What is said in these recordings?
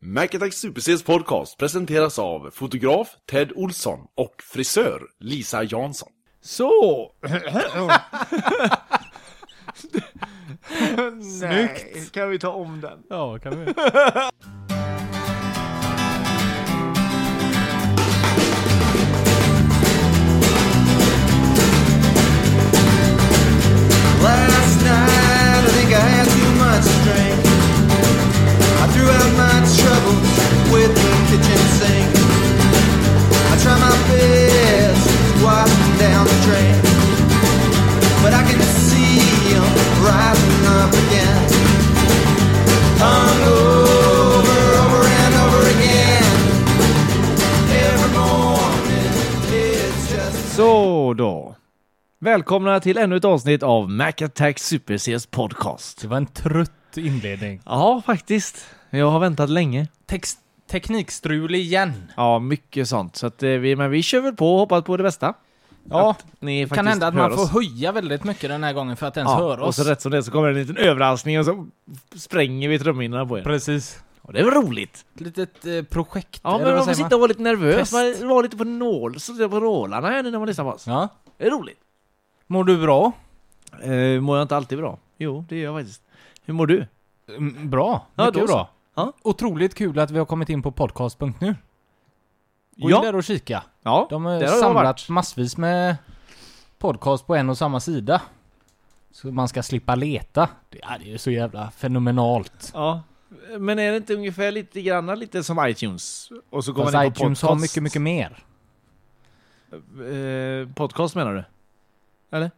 Macattack SuperCs podcast presenteras av fotograf Ted Olsson och frisör Lisa Jansson. Så! Nej, kan vi ta om den? Ja, kan vi. Last night, I think I had too much to drink. I threw out my troubles with the kitchen sink. I try my best to wash them down the drain, but I can see 'em rising up again. Hung over, over and over again. Every morning, it's just. Så då. Välkomna till ännu ett avsnitt av Mac Attack Super Cs podcast. Det var en trött inledning. Ja, faktiskt. Jag har väntat länge. Text, teknikstrul igen. Ja, mycket sånt. Så att eh, vi, men vi kör väl på och hoppas på det bästa. Ja, Ni kan faktiskt hända att hör man oss. får höja väldigt mycket den här gången för att ens ja, höra Och oss. så rätt som det är så kommer en liten överraskning och så spränger vi trumhinnorna på er. Precis. Och det är väl roligt? Ett litet eh, projekt, Ja, eller men man vad får säger sitta och vara lite nervös. Test. Man var lite på nål, så på nålarna här nu när man lyssnar på oss. man? Ja. Det är roligt. Mår du bra? Eh, mår jag inte alltid bra? Jo, det gör jag faktiskt. Hur mår du? Mm, Bra. Ja, Mycket då så. bra. Ja. Otroligt kul att vi har kommit in på podcast.nu. Gå Ja. in där och kika. Ja, De har där har jag varit. samlat massvis med podcast på en och samma sida. Så man ska slippa leta. Det ja, det är ju så jävla fenomenalt. Ja. Men är det inte ungefär lite grann lite som iTunes? Och så kommer Fast den på iTunes podcast. har mycket, mycket mer. Eh, podcast menar du?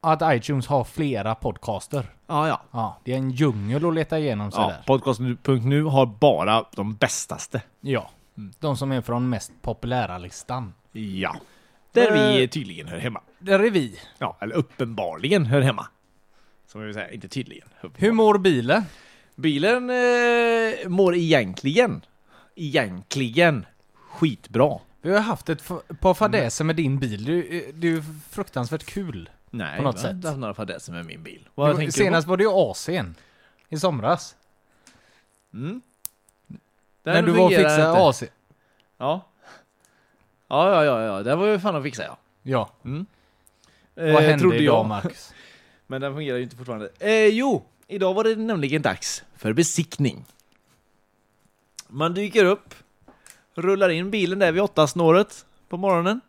att iTunes har flera podcaster. Ja, ja. Ja, det är en djungel att leta igenom sig ja där. Podcast.nu har bara de bästaste. Ja. Mm. De som är från mest populära-listan. Ja. Där Eh. vi tydligen hör hemma. Där är vi. Ja, eller uppenbarligen hör hemma. Som jag vill säga, inte tydligen. Hur mår bilen? Bilen eh, mår egentligen, egentligen skitbra. Vi har haft ett f- par fadäser med din bil. Det är ju- det är ju fruktansvärt kul. Nej, På något jag sätt. har inte haft några fadäser med min bil. Det Vad var- tänker Senast var det ju AC'n. I somras. du på? Mm. när Den du var och fungerar fixade inte. AC. Ja. Ja, ja, ja, ja. Den var ju fan att fixa ja. Ja. Eh, Vad hände trodde idag jag. Marcus? Men den fungerar ju inte fortfarande. Eh, jo, idag var det nämligen dags för besiktning. Man dyker upp, rullar in bilen där vid åttasnåret på morgonen.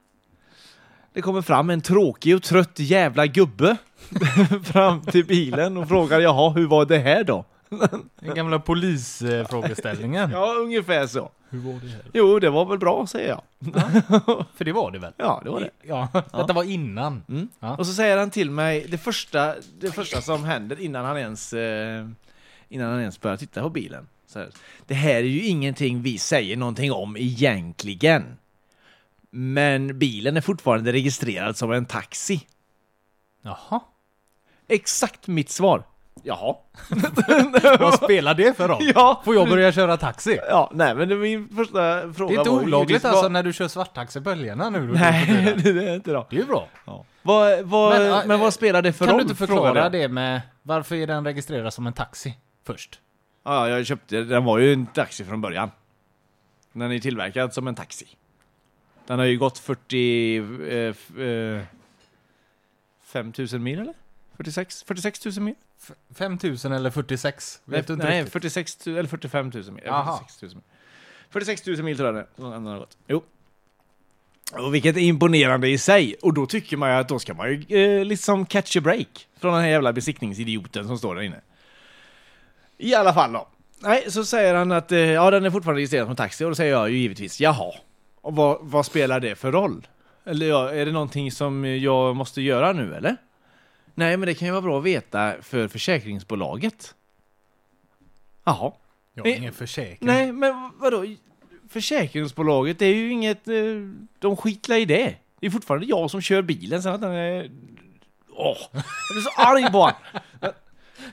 Det kommer fram en tråkig och trött jävla gubbe fram till bilen och frågar jaha, hur var det här då? Den gamla polisfrågeställningen. Ja, ungefär så. Hur var det här? Jo, det var väl bra, säger jag. För det var det väl? Ja, det var det. Ja, Mm. detta var innan. Ja. Och så säger han till mig det första, det första som händer innan han ens eh, innan han ens börjar titta på bilen. Så här, det här är ju ingenting vi säger någonting om egentligen. Men bilen är fortfarande registrerad som en taxi. Jaha. Exakt mitt svar. Jaha. Vad spelar det för roll? Ja, Får jag börja köra taxi? ja, nej men det var min första fråga. Det är inte var ju- olagligt vad- alltså när du kör svarttaxi på helgerna nu? Nej, det är inte då. Det är ju bra. Vad, vad, Men, men, ja, vad spelar det för kan roll? du inte frågade förklara jag. det med varför är den registrerad som en taxi först? Ja, jag köpte, den var ju en taxi från början. Den är tillverkad som en taxi. Den har ju gått 40... Eh, f- eh, 5 000 mil eller? 46, 46 000 mil? 5000 eller 46? Vet du nej, inte nej riktigt? 46 000 eller 45 000 mil. Eller Aha. 46 000 mil. 46 000 mil tror jag det är, den har gått. Jo. Och vilket är imponerande i sig. Och då tycker man ju att då ska man ju eh, liksom catch a break. Från den här jävla besiktningsidioten som står där inne. I alla fall då. Nej, så säger han att eh, ja, den är fortfarande registrerad som taxi och då säger jag ju givetvis jaha. Och vad, vad spelar det för roll? Eller ja, är det någonting som jag måste göra nu eller? Nej, men det kan ju vara bra att veta för försäkringsbolaget. Jaha. Jag har ingen försäkring. Nej, men vadå? Försäkringsbolaget, det är ju inget... eh, De skitlar i det. Det är fortfarande jag som kör bilen sen att den är... Åh, jag blir så arg på honom.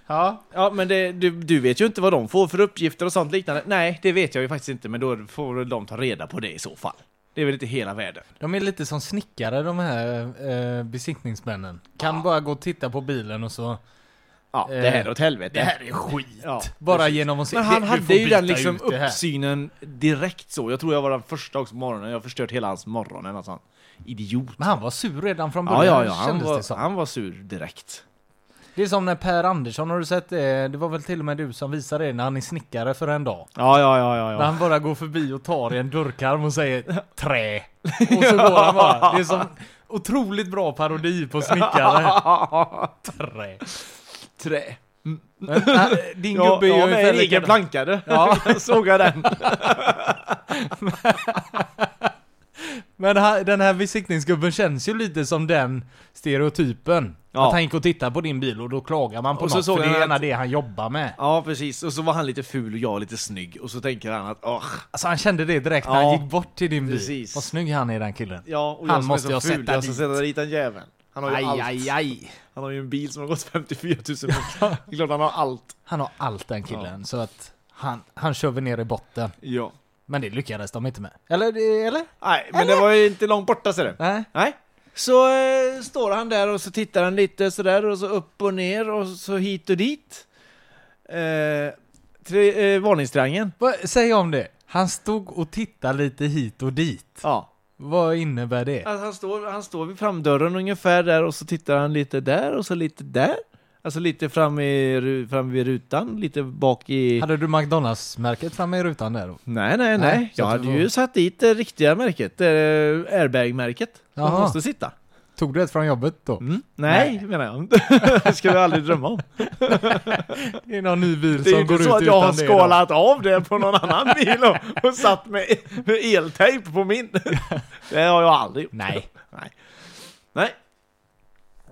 Ja. Ja, men det, du, du vet ju inte vad de får för uppgifter och sånt liknande. Nej, det vet jag ju faktiskt inte, men då får väl de ta reda på det i så fall. Det är väl inte hela världen. De är lite som snickare de här eh, besiktningsmännen. Kan bara gå och titta på bilen och så Ja, det här är åt helvete. Det här är skit. Ja. Bara genom att se. Men han Du får hade ju byta den liksom ut det här. uppsynen direkt så. Jag tror jag var den första också på morgonen. Jag har förstört hela hans morgon. En sån idiot. Men han var sur redan från Ja, början ja, ja. Han kändes det var, som. han var sur direkt. Det är som när Per Andersson, har du sett det? Det var väl till och med du som visade det när han är snickare för en dag. Ja, ja, ja, ja. När han bara går förbi och tar i en dörrkarm och säger trä. Och så går han bara. Det är som otroligt bra parodi på snickare. Trä. Trä. Men, äh, din Ja, gubbe är ja, ju med ungefär en egen likadan. plankare. Ja. Såg jag den. Men ha- den här besiktningsgubben känns ju lite som den stereotypen. Ja. Att han gick och tittade på din bil och då klagar man på Och så något såg för det han är gärna att- det han jobbar med. Ja, precis. Och så var han lite ful och jag lite snygg. Och så tänker han att, åh. Alltså han kände det direkt när Ja, han gick bort till din bil. precis. Vad snygg han är den killen. Ja, och jag Han som måste är jag så ful, sätta jag ska dit. sätta dit den jäveln. Han har ju allt. aj. Han har ju en bil som har gått 54 000 mil. Det är klart han har allt. Han har allt den killen så att han, han kör väl ner i botten. Ja. Men det lyckades de inte med. Eller? det- eller? Nej, men det var ju inte långt borta ser du. Nej. Nej. Så eh, står han där och så tittar han lite sådär och så upp och ner och så hit och dit. Eh, tre, eh, varningstriangeln. Vad- Säg om det. Han stod och tittade lite hit och dit. Ja. Vad innebär det? Alltså, han, står, han står vid framdörren ungefär där och så tittar han lite där och så lite där. Alltså lite fram, i, ru- fram vid rutan, lite bak i... Hade du McDonalds-märket framme i rutan där då? Nej, nej, nej. Nej, så jag att hade det ju var- satt dit det riktiga märket, eh, airbag-märket. som Jaha. måste sitta. Tog du ett från jobbet då? Mm. Nej, menar jag. det ska vi aldrig drömma om. Det är någon ny bil Det är ju som går inte ut så att jag utan har det då. skalat av det på någon annan bil och, och satt med, med eltejp på min. Det har jag aldrig gjort. Nej. Nej. Nej.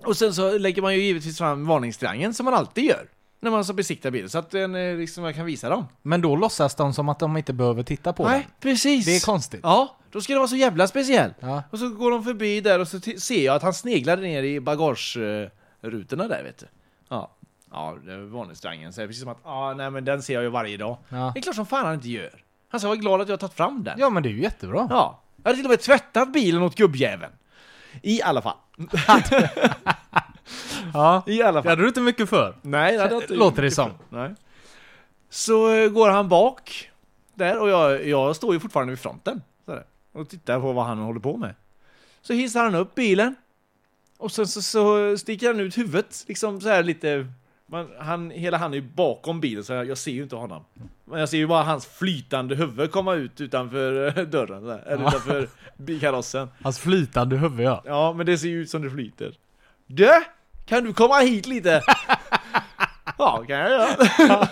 Och sen så lägger man ju givetvis fram varningstriangeln som man alltid gör när man ska besikta bilen så att den, eh, liksom, man kan visa dem. Men då låtsas de som att de inte behöver titta på Nej, den. precis. Det är konstigt. Ja, då ska det vara så jävla speciell. Ja. Och så går de förbi där och så t- ser jag att han sneglar ner i bagagerutorna där vet du. Ja. Ja, det är varningstriangeln. Så det är precis som att, ja, nej men den ser jag ju varje dag. Ja. Det är klart som fan han inte gör. Han ska vara glad att jag har tagit fram den. ja men det är ju jättebra. Ja. Jag hade till och med tvättat bilen åt gubbjäveln. I alla fall. Ja. I alla Det hade du inte mycket för. Nej, det hade jag inte Låter gjort. det som. Nej. Så eh, går han bak där och jag, jag står ju fortfarande vid fronten så där, och tittar på vad han håller på med. Så hissar han upp bilen och sen så, så sticker han ut huvudet liksom så här lite. Man, han, hela han är ju bakom bilen så jag, jag ser ju inte honom. Men jag ser ju bara hans flytande huvud komma ut utanför eh, dörren, så här, eller utanför bilkarossen. Hans flytande huvud ja. Ja, men det ser ju ut som det flyter. Du! Kan du komma hit lite? ja, kan jag göra.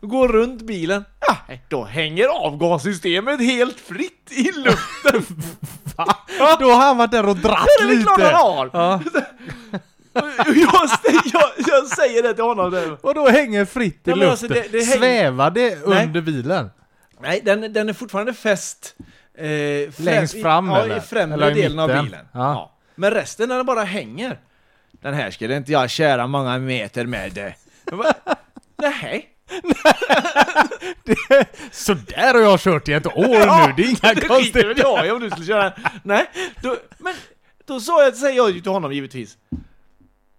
Gå runt bilen. Ja, då hänger avgassystemet helt fritt i luften. Ja, Då har han varit där och dratt det är lite. klart han har! Ja. Jag, jag, jag säger det till honom. Där. Och då hänger fritt i Ja, men luften. alltså, det- det hänger- Svävar det under bilen? Nej, den, den är fortfarande fäst eh, frä- Längst fram, i, ja, eller? i främre Eller i delen av mitten? bilen. Ja. Ja. Men resten den bara hänger. Den här skulle inte jag köra många meter med. det. Jag bara, Nej. Så där har jag kört i ett år nu, det är inga Det skiter väl konstigheter. jag i om du skulle köra den. Nej, då, men då sa jag, säger jag ju till honom givetvis.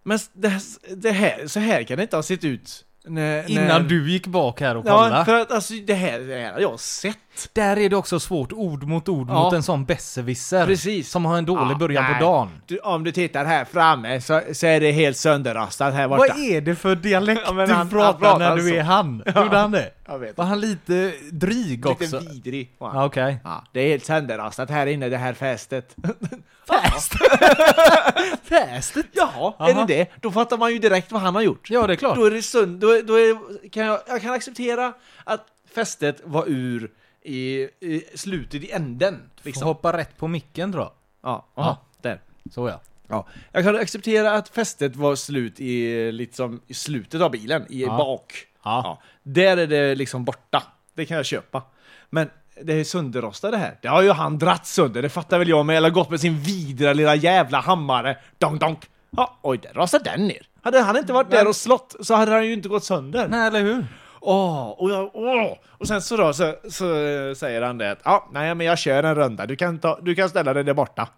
Men det, här- det här, så här kan det inte ha sett ut. När, när, Innan du gick bak här och kollade. Ja, för att alltså det här, det här har jag sett. Där är det också svårt ord mot ord Ja. mot en sån besserwisser. Precis. Som har en dålig Ja, början Ah, nej. på dagen. Du, om du tittar här framme så, så är det helt sönderrastat här borta. Vad är det för dialekt Ja, men du han- pratar, han pratar när så. du är han? Gjorde han det? Jag vet Var han lite dryg också? Lite vidrig. var han. Ja, Okej. Ja, det är helt sönderrastat här inne, det här fästet. Fästet? Jaha, är det Aha. det? Då fattar man ju direkt vad han har gjort. Ja, det är klart. Då är det sund, då, är- då är, kan jag, jag kan acceptera att fästet var ur i, i slutet, i änden. Får Liksom. hoppa rätt på micken tror jag. Ja, aha, där. Så ja. Ja. Jag kan acceptera att fästet var slut i, liksom, i slutet av bilen, i Ja. bak. Ja. Där är det liksom borta. Det kan jag köpa. Men det är sönderrostade här. Det har ju han dratt sönder, det fattar väl jag med. Eller gått med sin vidra lilla jävla hammare. Donk, donk. Ja, oj, där rasade den ner. Hade han inte varit där och slått så hade han ju inte gått sönder. Nej, eller hur? Åh, och, jag, åh. och sen så då så, så eh, säger han det att ja, nej men jag kör en runda, du kan, ta, du kan ställa dig där borta.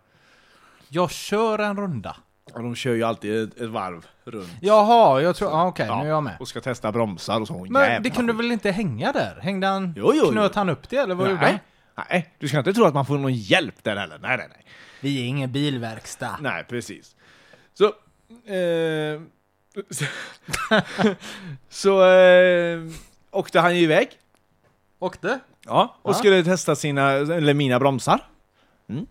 Jag kör en runda. Och de kör ju alltid ett, ett varv runt. Jaha, jag tror... Ja, okej, nu är jag med. Och ska testa bromsar och så. Men Jävla det kunde skit. väl inte hänga där? Hängde han... Jo, jo, jo. knöt han upp det, eller vad gjorde han? Nej. Nej, du ska inte tro att man får någon hjälp där heller. Nej, nej, nej. Vi är ingen bilverkstad. Nej, precis. Så... Eh, så eh, åkte han ju iväg. Åkte? Ja, och skulle testa sina, eller mina bromsar. Mm.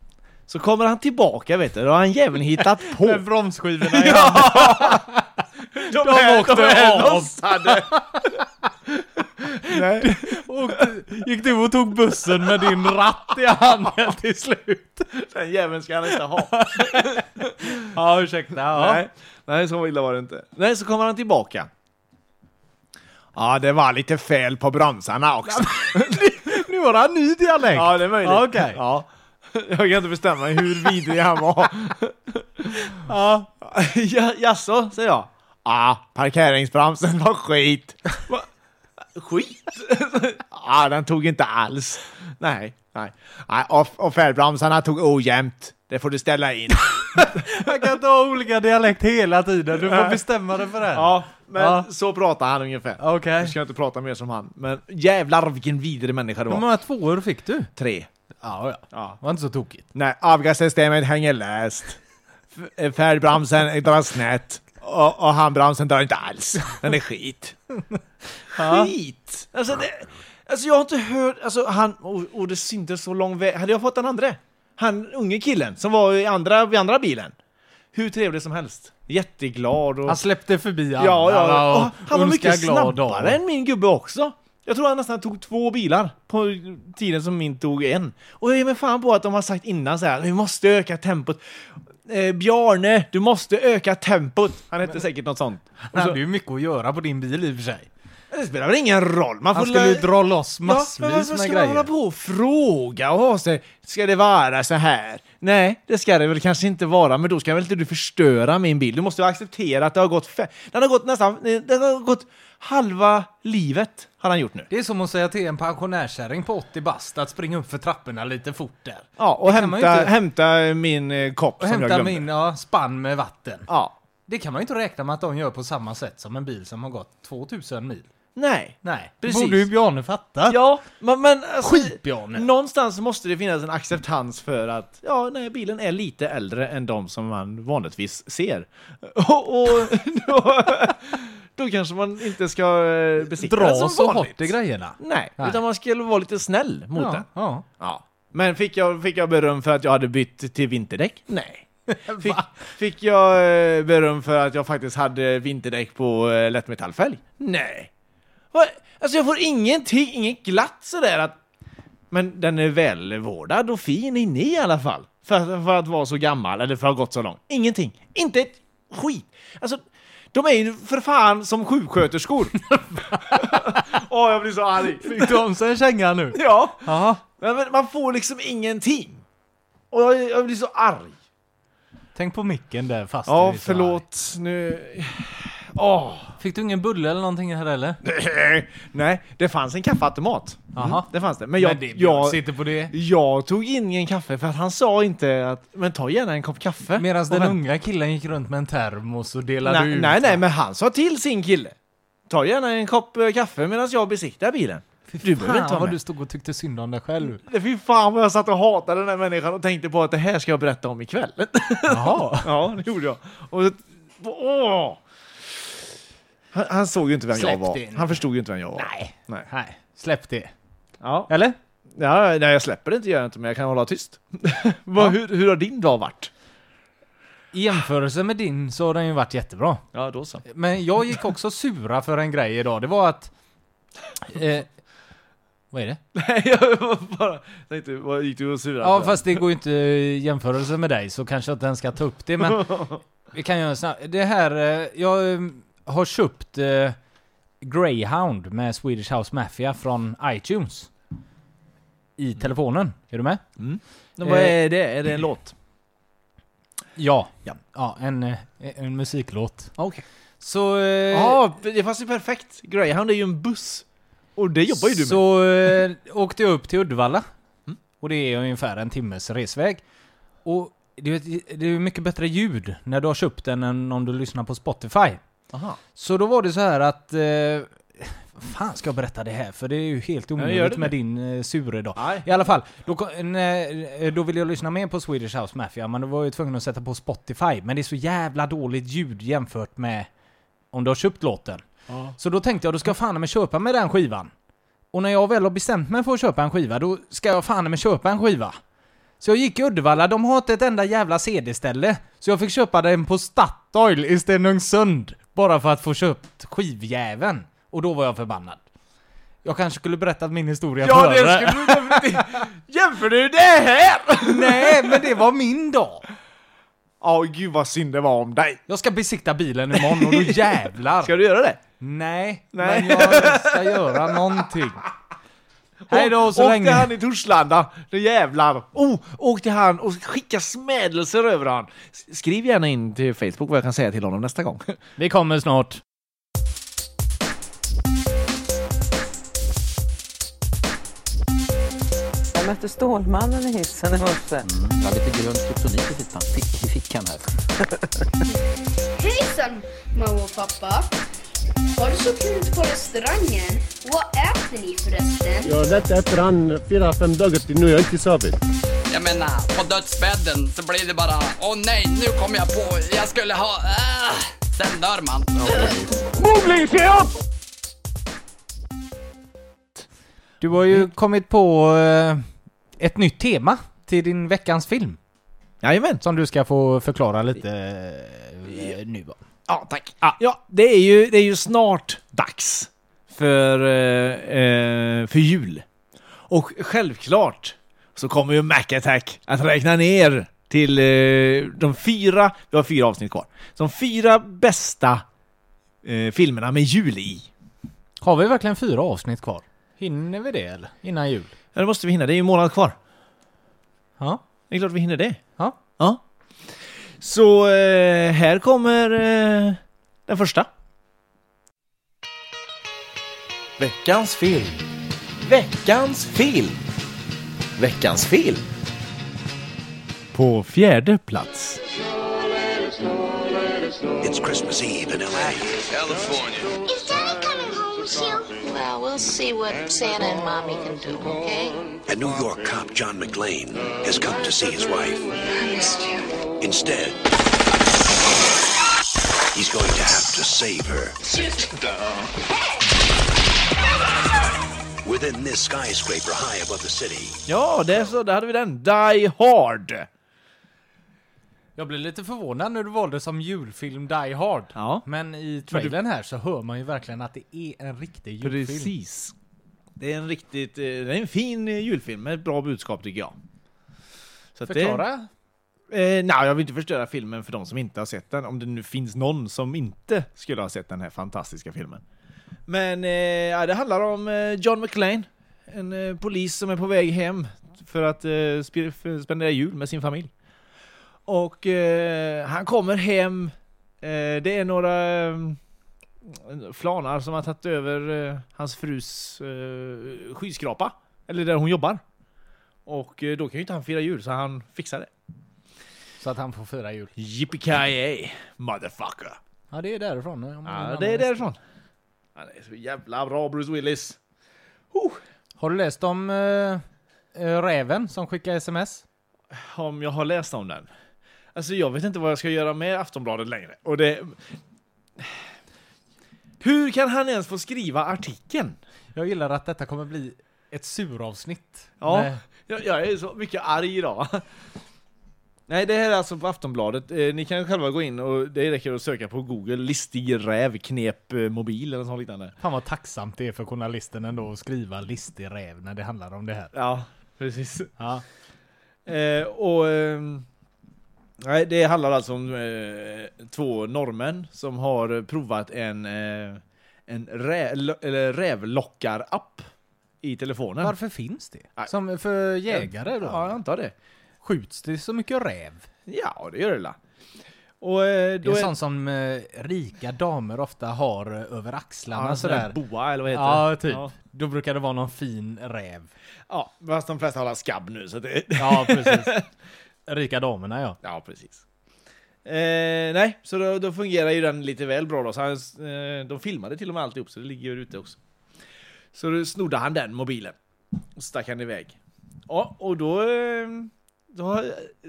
Så kommer han tillbaka vet du, då har han jäveln hittat på. Med bromsskivorna i handen. de, är- de är lossade! Nej. Och Gick du och tog bussen med din ratt i handen till slut? Den jäveln ska han inte ha. Ja, ursäkta. Ja. Nej. Nej, så illa var det inte. Nej, så kommer han tillbaka. Ja, det var lite fel på bromsarna också. Nu har han ny dialekt. ja, det är möjligt. Okej. Ja. Jag kan inte bestämma hur vidrig han var. Ja. Ja, jaså, säger jag. Ah, parkeringsbromsen var skit. Skit? ah, den tog inte alls. Nej, nej. nej och, och färdbromsarna tog ojämnt. Det får du ställa in. Jag kan inte ha olika dialekt hela tiden. Du får Nej. bestämma dig för det. ja, men Ja. så pratar han ungefär. Okej. Nu ska jag inte prata mer som han, men jävlar vilken vidrig människa det Hur var. många tvåor fick du? Tre. Ja, ja. Ja. var inte så tokigt. Nej, avgassystemet hänger löst. F- eh, Färdbromsen drar snett. Och, och handbromsen drar inte alls. Den är skit. skit! Alltså, det, alltså jag har inte hört... Alltså han... Och, och det syntes så lång väg. Hade jag fått den andra? Han unge killen som var i andra, i andra bilen. Hur trevlig som helst. Jätteglad och... Han släppte förbi ja, ja, ja. och Och han var önskade mycket glad dag. snabbare än min gubbe också. Jag tror han nästan tog två bilar på tiden som min tog en. Och jag ger mig fan på att de har sagt innan så här, vi måste öka tempot. Eh, Bjarne, du måste öka tempot. Han hette säkert något sånt. Han hade ju mycket att göra på din bil i och för sig. Det spelar väl ingen roll? Man Han får skulle lä- ju dra loss men massvis varför med ska man hålla grejer. på och fråga och ha sig? Ska det vara så här? Nej, det ska det väl kanske inte vara, men då ska väl inte du förstöra min bil? Du måste ju acceptera att det har gått fe- Den har gått nästan... eh, Den har gått halva livet, har han gjort nu. Det är som att säga till en pensionärskärring på 80 bast att springa upp för trapporna lite fort där. Ja, och Det kan hämta, man ju inte- hämta min eh, kopp Och som jag hämta glömde. min ja, spann med vatten. Ja. Det kan man ju inte räkna med att de gör på samma sätt som en bil som har gått 2000 mil. Nej. Nej, Precis. borde ju Bjarne fatta. Ja, men... men alltså, Skitbjarne. Någonstans måste det finnas en acceptans för att ja, nej, bilen är lite äldre än de som man vanligtvis ser. Och, och då, då kanske man inte ska eh, besikta Dra den som så vanligt. hårt i grejerna. Nej, Nej. utan man skulle vara lite snäll mot den. Ja, ja. Ja. Men fick jag, fick jag beröm för att jag hade bytt till vinterdäck? Nej. Fick, fick jag eh, beröm för att jag faktiskt hade vinterdäck på eh, lättmetallfälg? Nej. Va? Alltså jag får ingenting, inget glatt sådär att... Men den är välvårdad och fin inne i alla fall. För, för att vara så gammal, eller för att ha gått så långt. Ingenting. Inte ett skit. Alltså, de är ju för fan som sjuksköterskor. Åh, jag blir så arg. Fick du om sig en känga nu? Ja. Ja. Men, men man får liksom ingenting. Och jag, jag blir så arg. Tänk på micken där fast Ja, du är så förlåt. Nu... Åh! arg. Fick du ingen bulle eller någonting här eller? Nej, det fanns en kaffeautomat. Jaha. Mm, Det fanns det. Men jag, jag, sitter på det. jag tog ingen kaffe för att han sa inte att men ta gärna en kopp kaffe. Medan Och den vänta. unga killen gick runt med en termos och delade nej, ut. nej, nej, men han sa till sin kille. Ta gärna en kopp eh, kaffe medan jag besiktar bilen. Du behöver inte Fan vara vad med. du stod och tyckte synd om dig själv. Du... Fy fan vad jag satt och hatade den här människan och tänkte på att det här ska jag berätta om ikväll. Jaha. Ja, det gjorde jag. Och, åh! Han, han såg ju inte vem Släpp jag var. det in. Han förstod ju inte vem jag var. Nej. Nej. Nej. Släpp det. Ja. Eller? Ja, nej, jag släpper det inte, gör jag inte, men jag kan hålla tyst. Vad, hur, hur har din dag varit? I jämförelse med din så har den ju varit jättebra. Ja, då så. Men jag gick också sura för en grej idag. Det var att... Eh, vad är det? Nej, jag var bara tänkte, vad gick du och surade Ja, för? fast det går ju inte i jämförelse med dig, så kanske jag inte ens ska ta upp det, men... Vi kan göra en snabb... Det här... eh, Jag eh, har köpt eh, Greyhound med Swedish House Mafia från iTunes. I telefonen. Är du med? Mm. Eh, Men Vad är det? Är det en låt? Ja. Ja, en, eh, en musiklåt. Okej. Så... eh, Ja, det fanns ju perfekt. Greyhound är ju en buss. Och det jobbar ju du med. Så Mm. eh, åkte jag upp till Uddevalla. Och det är ungefär en timmes resväg. Och det är ju ett- det är ju mycket bättre ljud när du har köpt den än om du lyssnar på Spotify. Aha. Så då var det så här att... Eh, fan ska jag berätta det här? För det är ju helt gör omöjligt det med nu. din eh, sure idag. Nej. I alla fall, då, ko- när, eh, då ville jag lyssna mer på Swedish House Mafia, men då var jag ju tvungen att sätta på Spotify. Men det är så jävla dåligt ljud jämfört med om du har köpt låten. Ja. Så då tänkte jag, då ska jag fan med köpa med den skivan. Och när jag väl har bestämt mig för att köpa en skiva, då ska jag fan med köpa en skiva. Så jag gick i Uddevalla, de har inte ett enda jävla CD-ställe. Så jag fick köpa den på Statoil i Stenungsund. Bara för att få köpt skivjäveln. Och då var jag förbannad. Jag kanske skulle berättat min historia Ja, före. det skulle du definitivt... Jämför du det här? Nej, men det var min dag. Ja, gud vad synd det var om dig. Jag ska besikta bilen imorgon och då jävlar. Ska du göra det? Nej, Nej. men jag ska göra någonting. Hej då så Åk länge. till han i Torslanda, nu jävlar! Oh, åk till han och skicka smädelser över han. S- Skriv gärna in till Facebook vad jag kan säga till honom nästa gång. Vi kommer snart. Jag mötte Stålmannen i hissen i morse. Jag har lite grön kryptonit i fickan, fick, i fickan här. Hejsan mamma och pappa. Har du så kul ute på restaurangen? Vad äter ni förresten? Jag har letat efter han fyra, fem dagar till nu. Jag har inte sovit. Jag menar, eh, på dödsbädden så blir det bara Åh nej, nu kom jag på, jag skulle ha... Äh. Sen dör man. Du har ju kommit på eh, ett nytt tema till din veckans film. Jajamän! Som du ska få förklara lite eh, nu. va? Ja, tack. Ah, ja, det är, ju, det är ju snart dags för, eh, eh, för jul. Och självklart så kommer ju Mac Attack att räkna ner till eh, de fyra, vi har fyra avsnitt kvar, de fyra bästa eh, filmerna med jul i. Har vi verkligen fyra avsnitt kvar? Hinner vi det eller? Innan jul? Ja, det måste vi hinna. Det är ju en månad kvar. Ja. Det är klart vi hinner det. Ja. ja. Så eh, här kommer eh, den första. Veckans film. Veckans film. Veckans film. På fjärde plats. Is daddy coming home soon? Well, we'll see what Santa and mommy can do, okay? A New York cop, John McLean, has come to see his wife. I missed you. Instead, he's going to have to save her. Within this skyscraper high above the city, Ja, det är så, där hade vi den. Die Hard. Jag blev lite förvånad när du valde som julfilm Die Hard. Ja. Men i trailern här så hör man ju verkligen att det är en riktig julfilm. Precis. Det är en riktigt, eh, det är en fin eh, julfilm med ett bra budskap tycker jag. Så att det- Förklara. Eh, Nej, jag vill inte förstöra filmen för de som inte har sett den. Om det nu finns någon som inte skulle ha sett den här fantastiska filmen. Men eh, ja, det handlar om eh, John McClane. En eh, polis som är på väg hem för att eh, sp- för- spendera jul med sin familj. Och eh, han kommer hem. Eh, det är några eh, flanar som har tagit över eh, hans frus eh, skyskrapa. Eller där hon jobbar. Och eh, då kan ju inte han fira jul så han fixar det. Så att han får fira jul. Yippee motherfucker. Ja, det är därifrån. om man Ja, använder det är sig. därifrån. Han är så jävla bra Bruce Willis. Har du läst om eh, eh, räven som skickar sms? Om jag har läst om den. Alltså jag vet inte vad jag ska göra med Aftonbladet längre. Och det... Hur kan han ens få skriva artikeln? Jag gillar att detta kommer bli ett suravsnitt. Ja, Med- jag, jag är så mycket arg idag. Nej, det här är alltså på Aftonbladet. Eh, ni kan själva gå in och det räcker att söka på Google. Listig räv, knep, eh, mobil eller något liknande. Fan vad tacksamt det är för journalisten ändå att skriva listig räv när det handlar om det här. Ja, precis. Ja. Eh, och... ehm, nej, det handlar alltså om eh, två norrmän som har provat en, eh, en rä, lo- eller rävlockar-app i telefonen. Varför finns det? Nej. Som för jägare då? Ja, jag antar det. Skjuts det så mycket räv? Ja, det gör det la. Och eh, Det då är sånt som eh, rika damer ofta har eh, över axlarna ja, en sån där sådär. boa eller vad heter det? Ja, typ. Ja. Då brukar det vara någon fin räv. ja, fast de flesta har skabb nu så det... Ja, precis. rika damerna ja. Ja, precis. Eh, nej, så då, då fungerar ju den lite väl bra då. Så han, eh, de filmade till och med alltihop, så det ligger ju ute också. Så då snodde han den mobilen. Och stack han iväg. Ja, och då... eh, då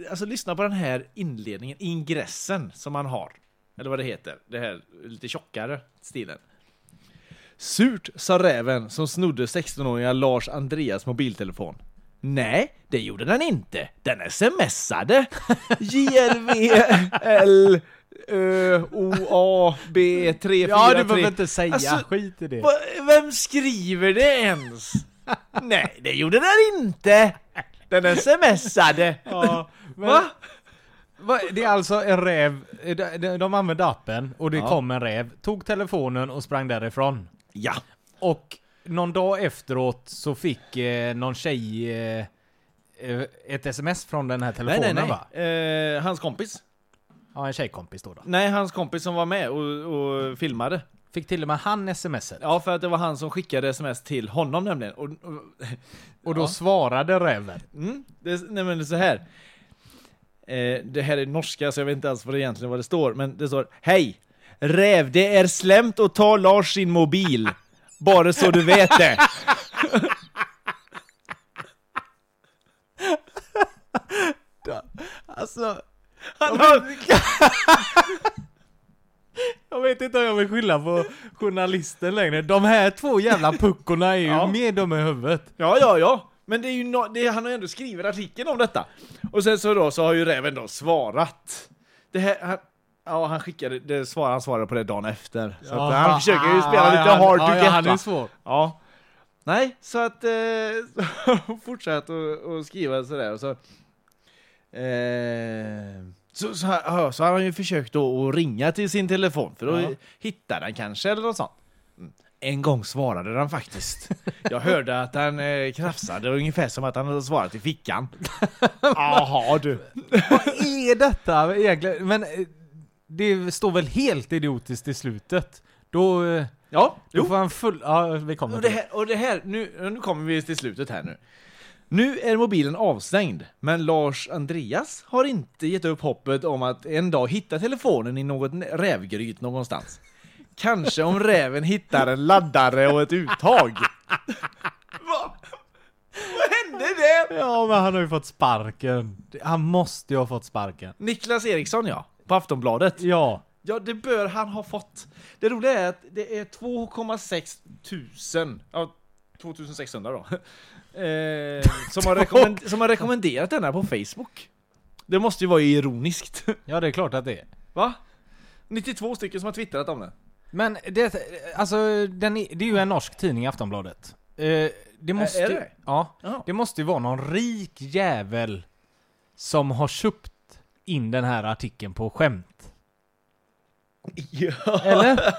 alltså lyssna på den här inledningen, ingressen som han har. Eller vad det heter, det här lite tjockare stilen. Surt, sa räven som snodde 16-åriga Lars Andreas mobiltelefon. Nej, det gjorde den inte. Den smsade. JLVL ö, O A B 3 Ja, du behöver inte säga. Alltså, Skit i det. Vem skriver det ens? Nej, det gjorde den inte. Den smsade. Ja, Va? Va? Det är alltså en räv, eh, de- de- de använde appen och det Ja. kom en räv, tog telefonen och sprang därifrån. Ja. Och någon dag efteråt så fick eh, någon tjej eh, eh, ett sms från den här Nej, telefonen nej, nej. va? Eh, hans kompis. Ja, en tjejkompis då. då. Nej, hans kompis som var med och, och filmade. Fick till och med han smset. Ja, för att det var han som skickade sms till honom nämligen. Och, och, Och då Ja. svarade räven. mm, det, nej men det är så här. Eh, det här är norska, så jag vet inte alls vad det egentligen vad det står. Men det står Hej! Räv, det är slämt att ta Lars sin mobil. Bara så du vet det. Alltså, Han har, jag vet inte om jag vill skylla på journalisten längre. De här två jävla puckorna är ju Ja. mer dumma i huvudet. Ja, ja, ja. Men det är ju nå- det, han har ju ändå skrivit artikeln om detta. Och sen så då så har ju räven då svarat. Det här, han, ja, han skickade, det svar, han svarade på det dagen efter. Så att han försöker ju spela lite hard to ja, get han är va? svår. Ja. Nej, så att... Eh, så har hon fortsatt att att skriva sådär och så... Eh, så, så, har- ja, så har han ju försökt då att ringa till sin telefon för då Ja. hittar den kanske eller något sånt. Mm. En gång svarade den faktiskt. Jag hörde att han eh, krafsade ungefär som att han hade svarat i fickan. Jaha du. Vad är detta egentligen? Men eh, det står väl helt idiotiskt i slutet? Då, eh, Ja, då får han full... Ja, vi kommer Och det till det. här, och det här nu, nu kommer vi till slutet här nu. Nu är mobilen avstängd, men Lars Andreas har inte gett upp hoppet om att en dag hitta telefonen i något nä- rävgryt någonstans. Kanske om räven hittar en laddare och ett uttag. Vad Vad hände det? Ja, men han har ju fått sparken. Han måste ju ha fått sparken. Niklas Eriksson ja, på Aftonbladet. Ja. Ja, det bör han ha fått. Det roliga är att det är 2,6 tusen, ja 2600 då, eh, som, har rekommend- som har rekommenderat den här på Facebook. Det måste ju vara ironiskt. Ja, det är klart att det är. Va? 92 stycken som har twittrat om det. Men det, alltså, den är, det är ju en norsk tidning, Aftonbladet. Eh, det måste, är det? Ja. Jaha. Det måste ju vara någon rik jävel som har köpt in den här artikeln på skämt. Ja. Eller?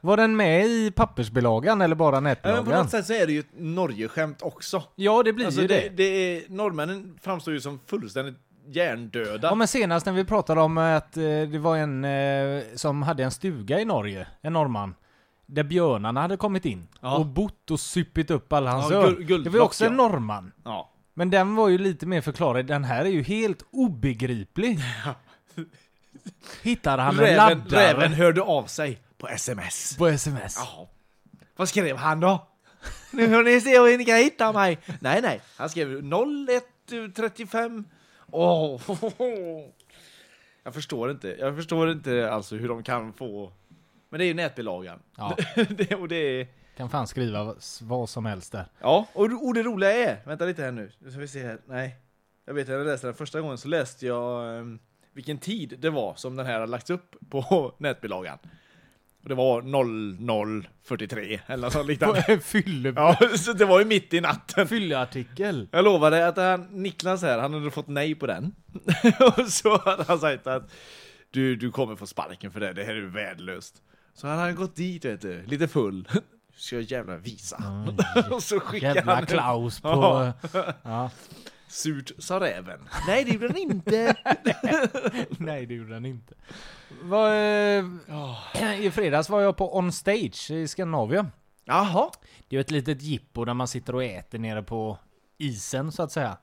Var den med i pappersbilagan eller bara Men på nätbilagan? något sätt så är det ju ett Norge-skämt också. Ja, det blir Alltså ju det. det, det är, norrmännen framstår ju som fullständigt hjärndöda. Ja men senast när vi pratade om att eh, det var en eh, som hade en stuga i Norge, en norrman. Där björnarna hade kommit in Ja. och bott och supit upp all hans Ja, öl. guld- guldlock, Det var ju också en ja. norrman. ja. Men den var ju lite mer förklarad. Den här är ju helt obegriplig. Hittar han en Räven, laddare räven hörde av sig på sms. på sms. Ja. Vad skrev han då? Nu får ni se om ni kan hitta mig. Nej, nej. Han skrev 0135. Åh. Jag förstår inte. Jag förstår inte alltså hur de kan få... Men det är ju nätbilagan. Ja. det, och det är... Kan fan skriva vad- vad som helst där. Ja, och, och det roliga är... Vänta lite här nu. Nu ska vi se här. Nej. Jag vet, när jag läste den första gången så läste jag ehm, vilken tid det var som den här hade lagts upp på nätbilagan. Och det var 00.43 eller något sånt liknande. Fylle, Ja, så det var ju mitt i natten. Fylleartikel. Jag lovade att han, Niklas här, han hade fått nej på den. och så hade han sagt att du, du kommer få sparken för det, det här är värdelöst. Så hade han gått dit, vet du, lite full. Ska jag jävla visa. och så skickade han Jävla en- Klaus på... Ja. Ja. Surt sa räven. Nej, det gjorde han inte. Nej, det gjorde den inte. Var, eh, I fredags var jag på On Stage i Skandinavien. Jaha. Det är ju ett litet jippo där man sitter och äter nere på isen så att säga.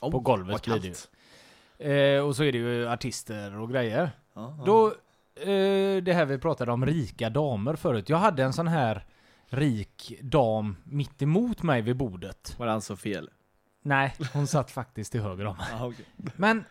på golvet Oh, vad blir det ju. kallt. Eh, och så är det ju artister och grejer. Då, eh, det här vi pratade om rika damer förut. Jag hade en sån här rik dam mitt emot mig vid bordet. Var det alltså fel? Nej, hon satt faktiskt till höger om mig. Ah, okej. Men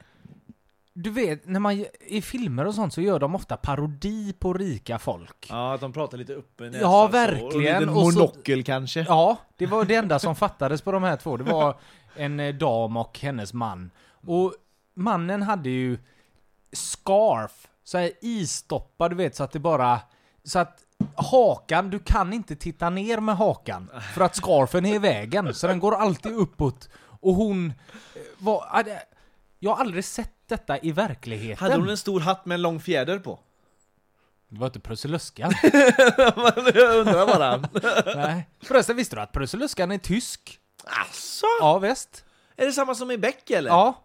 du vet, när man i filmer och sånt så gör de ofta parodi på rika folk. Ja, att de pratar lite upp i näsan Ja, så, verkligen. Och en Och liten så- monokel kanske. Ja, det var det enda som fattades på de här två. Det var en eh, dam och hennes man. Och mannen hade ju scarf, så här istoppad, du vet, så att det bara... Så att hakan, du kan inte titta ner med hakan. För att scarfen är i vägen, så den går alltid uppåt. Och hon eh, var... ja, det- Jag har aldrig sett detta i verkligheten. Hade hon en stor hatt med en lång fjäder på? Det var inte Prusseluskan. Jag undrar bara. Nej. Förresten, visste du att Prusseluskan är tysk? Asså? Ja, väst. Är det samma som i Beck eller? Ja.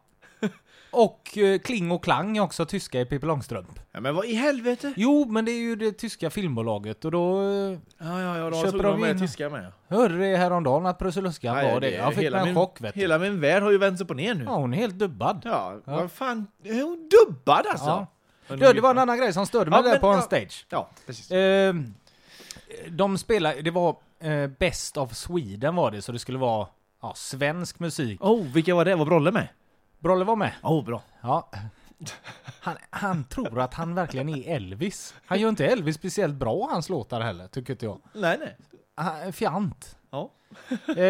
Och eh, Kling och Klang är också tyska i Pippi Långstrump. Ja, men vad i helvete? Jo, men det är ju det tyska filmbolaget och då... eh, Ja, ja, ja, då Köper såg de de med in- tyska med. Jag hörde det häromdagen att Prusseluskan var det. Jag fick mig en min, chock vet du. Hela min värld har ju vänts upp och ner nu. Ja, hon är helt dubbad. Ja, vad fan. Är hon dubbad alltså? Ja. Ja, Du, det var en annan grej som störde mig Ja, där men- på en ja. stage. precis. Eh, de spelade, det var eh, Best of Sweden var det, så det skulle vara ja, svensk musik. Oh, vilka var det? Var Brolle med? Brolle var med. Åh, oh, bra. Ja. Han, han tror att han verkligen är Elvis. Han gör inte Elvis speciellt bra hans låtar heller, tycker inte jag. Nej, nej. Han är fjant. Ja. Eh,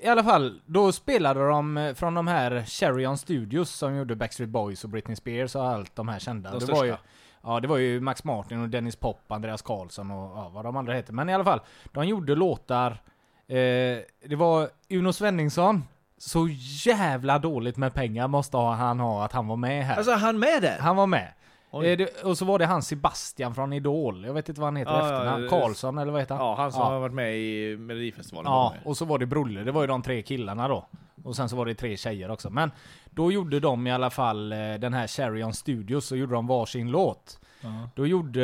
I alla fall, då spelade de eh, från de här Cherion Studios som gjorde Backstreet Boys och Britney Spears och allt de här kända. De det var ju, största. Ja, det var ju Max Martin och Dennis Pop, Andreas Karlsson och ja, vad de andra heter. Men i alla fall, de gjorde låtar. Eh, det var Uno Svenningsson. Så jävla dåligt med pengar måste ha- han ha att han var med här. Alltså, är han med där? Han var med. Oj. Eh, det, och så var det han Sebastian från Idol. Jag vet inte vad han heter Ja, i ja, efternamn. det- Karlsson eller vad heter han? Ja, han som Ja. har varit med i Melodifestivalen. Ja, var med. och så var det Brolle. Det var ju de tre killarna då. Och sen så var det tre tjejer också. Men då gjorde de i alla fall eh, den här Cherion Studios, så gjorde de varsin låt. Då gjorde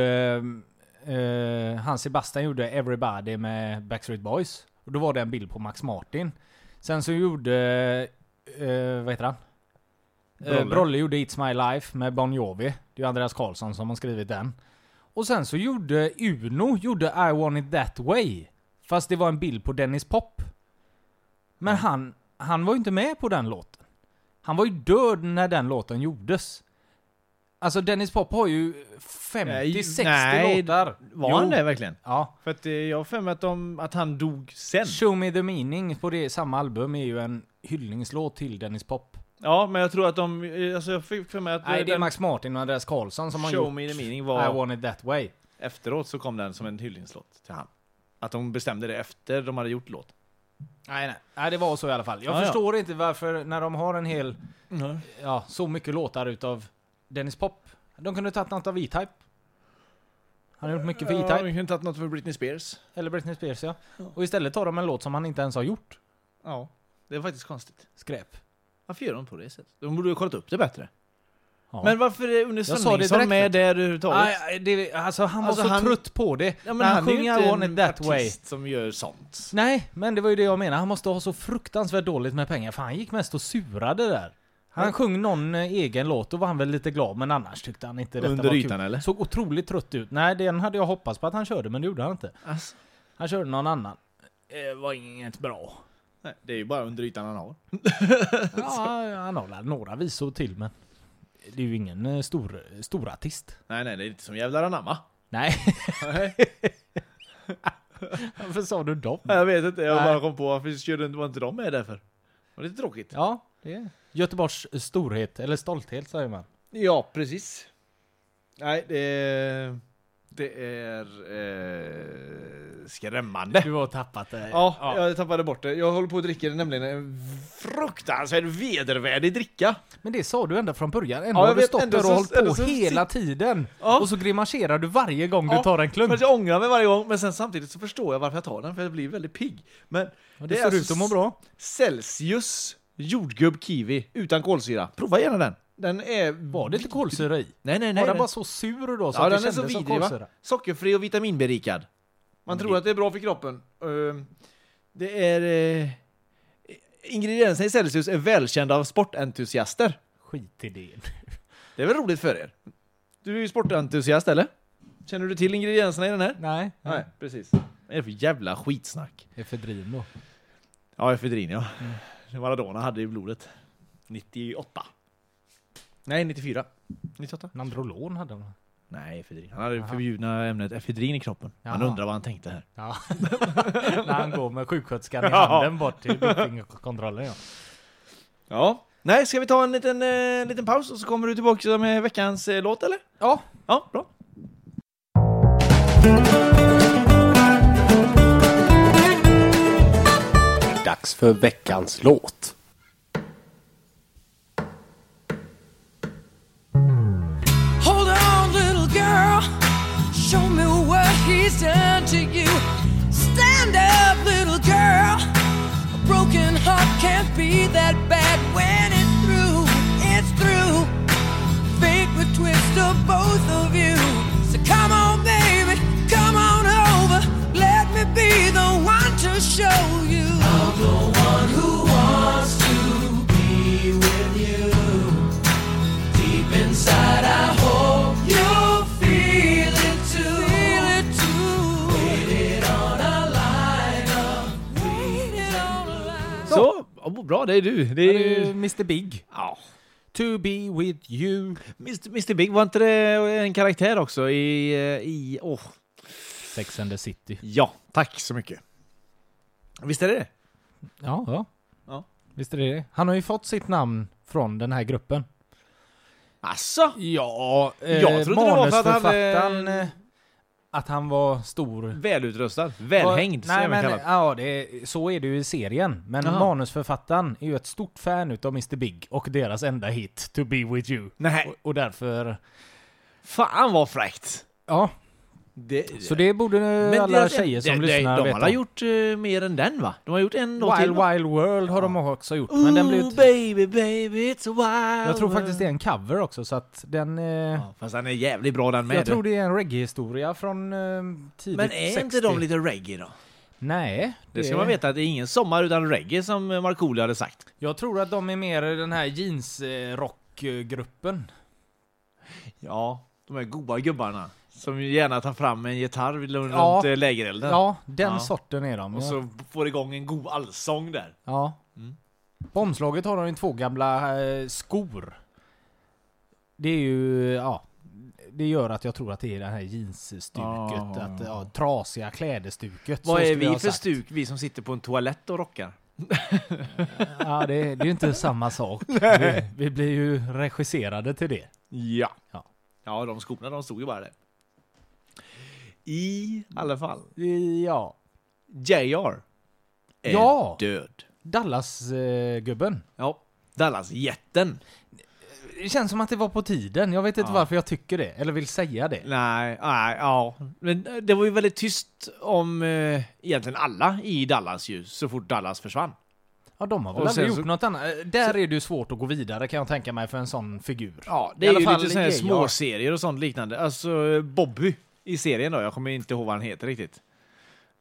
eh, eh, han Sebastian gjorde Everybody med Backstreet Boys. Och då var det en bild på Max Martin. Sen så gjorde, eh, vad heter han? Brolle. Brolle. Brolle gjorde It's My Life med Bon Jovi. Det är ju Andreas Karlsson som har skrivit den. Och sen så gjorde Uno, gjorde I want it that way. Fast det var en bild på Dennis Pop. Men han, han var ju inte med på den låten. Han var ju död när den låten gjordes. Alltså Dennis Pop har ju 50-60 nej, låtar. Var Jo. han det verkligen? Ja. För att eh, jag har för mig att, de, att han dog sen. Show Me The Meaning på det samma album är ju en hyllningslåt till Dennis Pop. Ja, men jag tror att de... eh, Alltså jag fick för mig att... Nej, eh, det är den Max Martin och Andreas Karlsson som har Show gjort Me The Meaning I var... want it that way. Efteråt så kom den som en hyllningslåt till han. Att de bestämde det efter de hade gjort låt. Nej, nej. nej, det var så i alla fall. Jag Ja, ja. förstår inte varför, när de har en hel... Ja, så mycket låtar utav Dennis Pop. De kunde tagit något av E-Type. Han har gjort mycket för Ja, de E-Type. kunde inte haft något för Britney Spears. Eller Britney Spears, ja. Och istället tar de en låt som han inte ens har gjort. Ja, det är faktiskt konstigt. Skräp. Varför gör de på det sättet? De borde ju ha kollat upp det bättre. Ja. Men varför är Une sa det Svenningsson direkt, med vet du. där överhuvudtaget? Nej, nej, det, alltså han Alltså, var så han- trött på det. Ja, men När han, är ju sjunger inte I want it en that way. artist som gör sånt. Nej, men det var ju det jag menade. Han måste ha så fruktansvärt dåligt med pengar, för han gick mest och surade där. Han sjöng någon eh, egen låt, då var han väl lite glad, men annars tyckte han inte detta Under var ytan, kul. eller? Såg otroligt trött ut. Nej, den hade jag hoppats på att han körde, men det gjorde han inte. Alltså. Han körde någon annan. Det var inget bra. Nej, det är ju bara under ytan han har. Alltså. Ja, han har väl några visor till, men det är ju ingen eh, stor, stor artist. Nej, nej, det är inte som jävlar anamma. Nej. Varför sa du dem? Jag vet inte, jag Nej. bara kom på varför körde inte- var inte de med därför? Var det lite tråkigt? Ja, det är Göteborgs storhet, eller stolthet säger man. Ja, precis. Nej, det är... Det är... Eh, skrämmande. Du har tappat det. Ja, jag tappade bort det. Jag håller på att dricka nämligen en fruktansvärd vedervärdig dricka. Men det sa du ända från början. Ändå Ja, jag har du vet. stått Ändå där och så- hållit ändå på så hela tiden. Ja. Och så grimaserar du varje gång du Ja, tar en klunk. För att jag ångrar mig varje gång, men sen samtidigt så förstår jag varför jag tar den, för jag blir väldigt pigg. Men alltså Ja, det, ser ut att må bra. Celsius jordgubb kiwi utan kolsyra. Prova gärna den. Den är... Var det inte kolsyra i? Nej, nej, nej. Var den den- bara så sur då så ja, att det den är kändes så som vidrig va? kolsyra? Sockerfri och vitaminberikad. Man tror att det är bra för kroppen. Ehm, det är... eh, ingredienserna i Celsius är välkända av sportentusiaster. Skit i det. Det är väl roligt för er? Du är ju sportentusiast eller? Känner du till ingredienserna i den här? Nej. Nej, precis. Vad är det för jävla skitsnack? Efedrin Ja, efedrin ja. Mm. Maradona hade det i blodet. 98. Nej, 94. 98. Nandrolon hade han. Nej, efedrin. Han hade det förbjudna ämnet efedrin i knoppen. Han Jaha. undrar vad han tänkte här. Ja. När han går med sjuksköterskan i handen bort till dopingkontrollen ja. Ja. Nej, ska vi ta en liten, eh, liten paus och så kommer du tillbaka med veckans eh, låt eller? Ja. Ja, bra. Dags för veckans låt. Hold on, little girl. Show me what he's done to you. Stand up, little girl. A broken heart can't be that bad when it's through. It's through. Fate would twist of both of you. So come on, baby. Come on over. Let me be the one to show you. I'm the one who wants to be with you. Deep inside, I hope you feel it too. Feel it too. Waited on a lineup. Waited on a lineup. Så, oh, bra det är du. Det är ju... Mr Big. Ja. To be with you. Mr, Mr Big, var inte det en karaktär också i... eh, i åh. Sex and the City. Ja, tack så mycket. Visst är det det? Ja, ja. Ja. Visst är det det Han har ju fått sitt namn från den här gruppen. Asså? Ja, eh, Jag trodde det var för att han hade- manusförfattaren, eh, att han var stor. Välutrustad. Välhängd, Och, nej, som jag men, kallar ja, det, är- så är det ju i serien. Men Jaha. manusförfattaren är ju ett stort fan utav Mr Big och deras enda hit, To Be With You. Nej. Och, och därför... Fan vad fräckt! Ja. Det, Så det borde nu alla tjejer som lyssnar de, de veta har om. gjort eh, mer än den va? De har gjort en låt till Wild va? Wild World har de också gjort, Ooh, men den blev... baby, baby, it's a wild Jag tror world. faktiskt det är en cover också, så att den... Eh, Fast den är jävligt bra den med. jag tror det är en reggae-historia från eh, tidigt Men är 60. inte de lite reggae då? Nej. Det ska man veta, att det är ingen sommar utan reggae som eh, Markoolio hade sagt. Jag tror att de är mer i den här eh, jeansrockgruppen. Ja, de här goa gubbarna. Som ju gärna tar fram en gitarr vid- runt Ja. eh, lägerelden. Ja, den sorten är de. Och ja. så får igång en god allsång där. Ja. På omslaget har de ju två gamla eh, skor. Det är ju, ja. Det gör att jag tror att det är det här jeansstuket. Ja. Att, ja, trasiga klädestuket. Vad så är skulle jag vi ha för sagt. stuk, vi som sitter på en toalett och rockar? Ja, det, det är ju inte samma sak. Vi, vi blir ju regisserade till det. Ja. Ja. Ja, de skorna de stod ju bara där. I alla fall. Ja. JR. Är Ja. död. Dallas-gubben. Ja. Dallas-jätten. Det känns som att det var på tiden. Jag vet inte varför jag tycker det, eller vill säga det. Nej, nej, ja. Men eh, det var ju väldigt tyst om eh, egentligen alla i Dallas ju, så fort Dallas försvann. Ja, de har väl Och aldrig sen gjort så- något annat. Eh, Där är det ju svårt att gå vidare kan jag tänka mig för en sån figur. Ja, det I är alla ju fall lite sådana här grejer. småserier och sånt liknande. Alltså eh, Bobby i serien då, jag kommer inte ihåg vad han heter riktigt.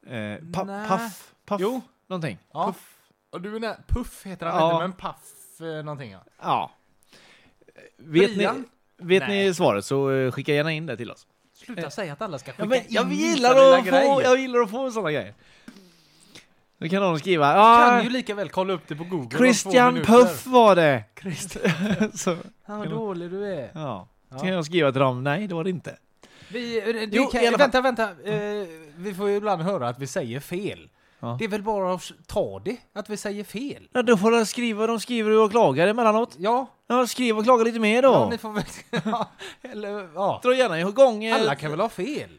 Eh, pa- Nej. Puff? Puff? Jo. Någonting? Ja. Puff? Och du är nä- Puff heter han Ja. inte, men Puff eh, någonting ja. Ja. Eh, Vet, ni, Brian? vet Nej. ni svaret så eh, skicka gärna in det till oss. Sluta säga att alla ska skicka Ja, men, in jag, vissa gillar lilla att få, grejer. jag gillar att få sådana grejer. Då kan någon skriva kan ah, ju lika väl kolla upp det på Google om två Christian minuter." Puff var det. Christian. så, Han vad dålig du är. ja. Ja. Så kan jag skriva till dem, nej det var det inte. Vi, eh, det Jo, kan, i alla fall. vänta, vänta. Eh, vi får ju ibland höra att vi säger fel. Ja. Det är väl bara att ta det, att vi säger fel. Ja, då får de skriva, de skriver och klagar emellanåt. Ja, Ja, skriv och klaga lite mer då. ja ni får väl... ja, eller, ja. Dra gärna igång ett, Alla kan väl ha fel?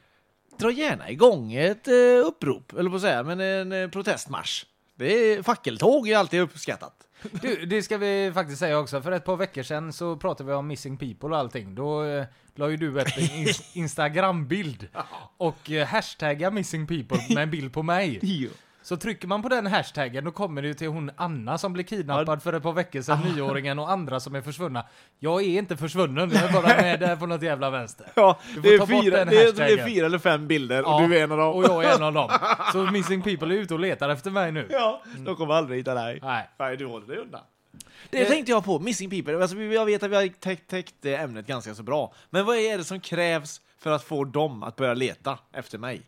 dra gärna igång ett eh, upprop, eller på att säga, men en eh, protestmarsch. Det är, fackeltåg är alltid uppskattat. Du, det ska vi faktiskt säga också. För ett par veckor sedan så pratade vi om missing people och allting. Då eh, la ju du ett in- Instagram-bild och eh, hashtagga missing people med en bild på mig. Så trycker man på den hashtaggen då kommer det ju till hon Anna som blev kidnappad för ett par veckor sedan, Ah. nioåringen och andra som är försvunna. Jag är inte försvunnen, jag är bara med där på något jävla vänster. Ja, Du får det är, ta bort fyra, den det, är, det hashtaggen. är fyra eller fem bilder Ja, och du är en av dem. Och jag är en av dem. Så missing people är ute och letar efter mig nu. Ja, de kommer aldrig hitta dig. Nej. Nej, du håller dig undan. Mm. Eh. Det tänkte jag på, Missing People. Alltså, vi- jag vet att vi har täckt, täckt det ämnet ganska så bra. Men vad är det som krävs för att få dem att börja leta efter mig?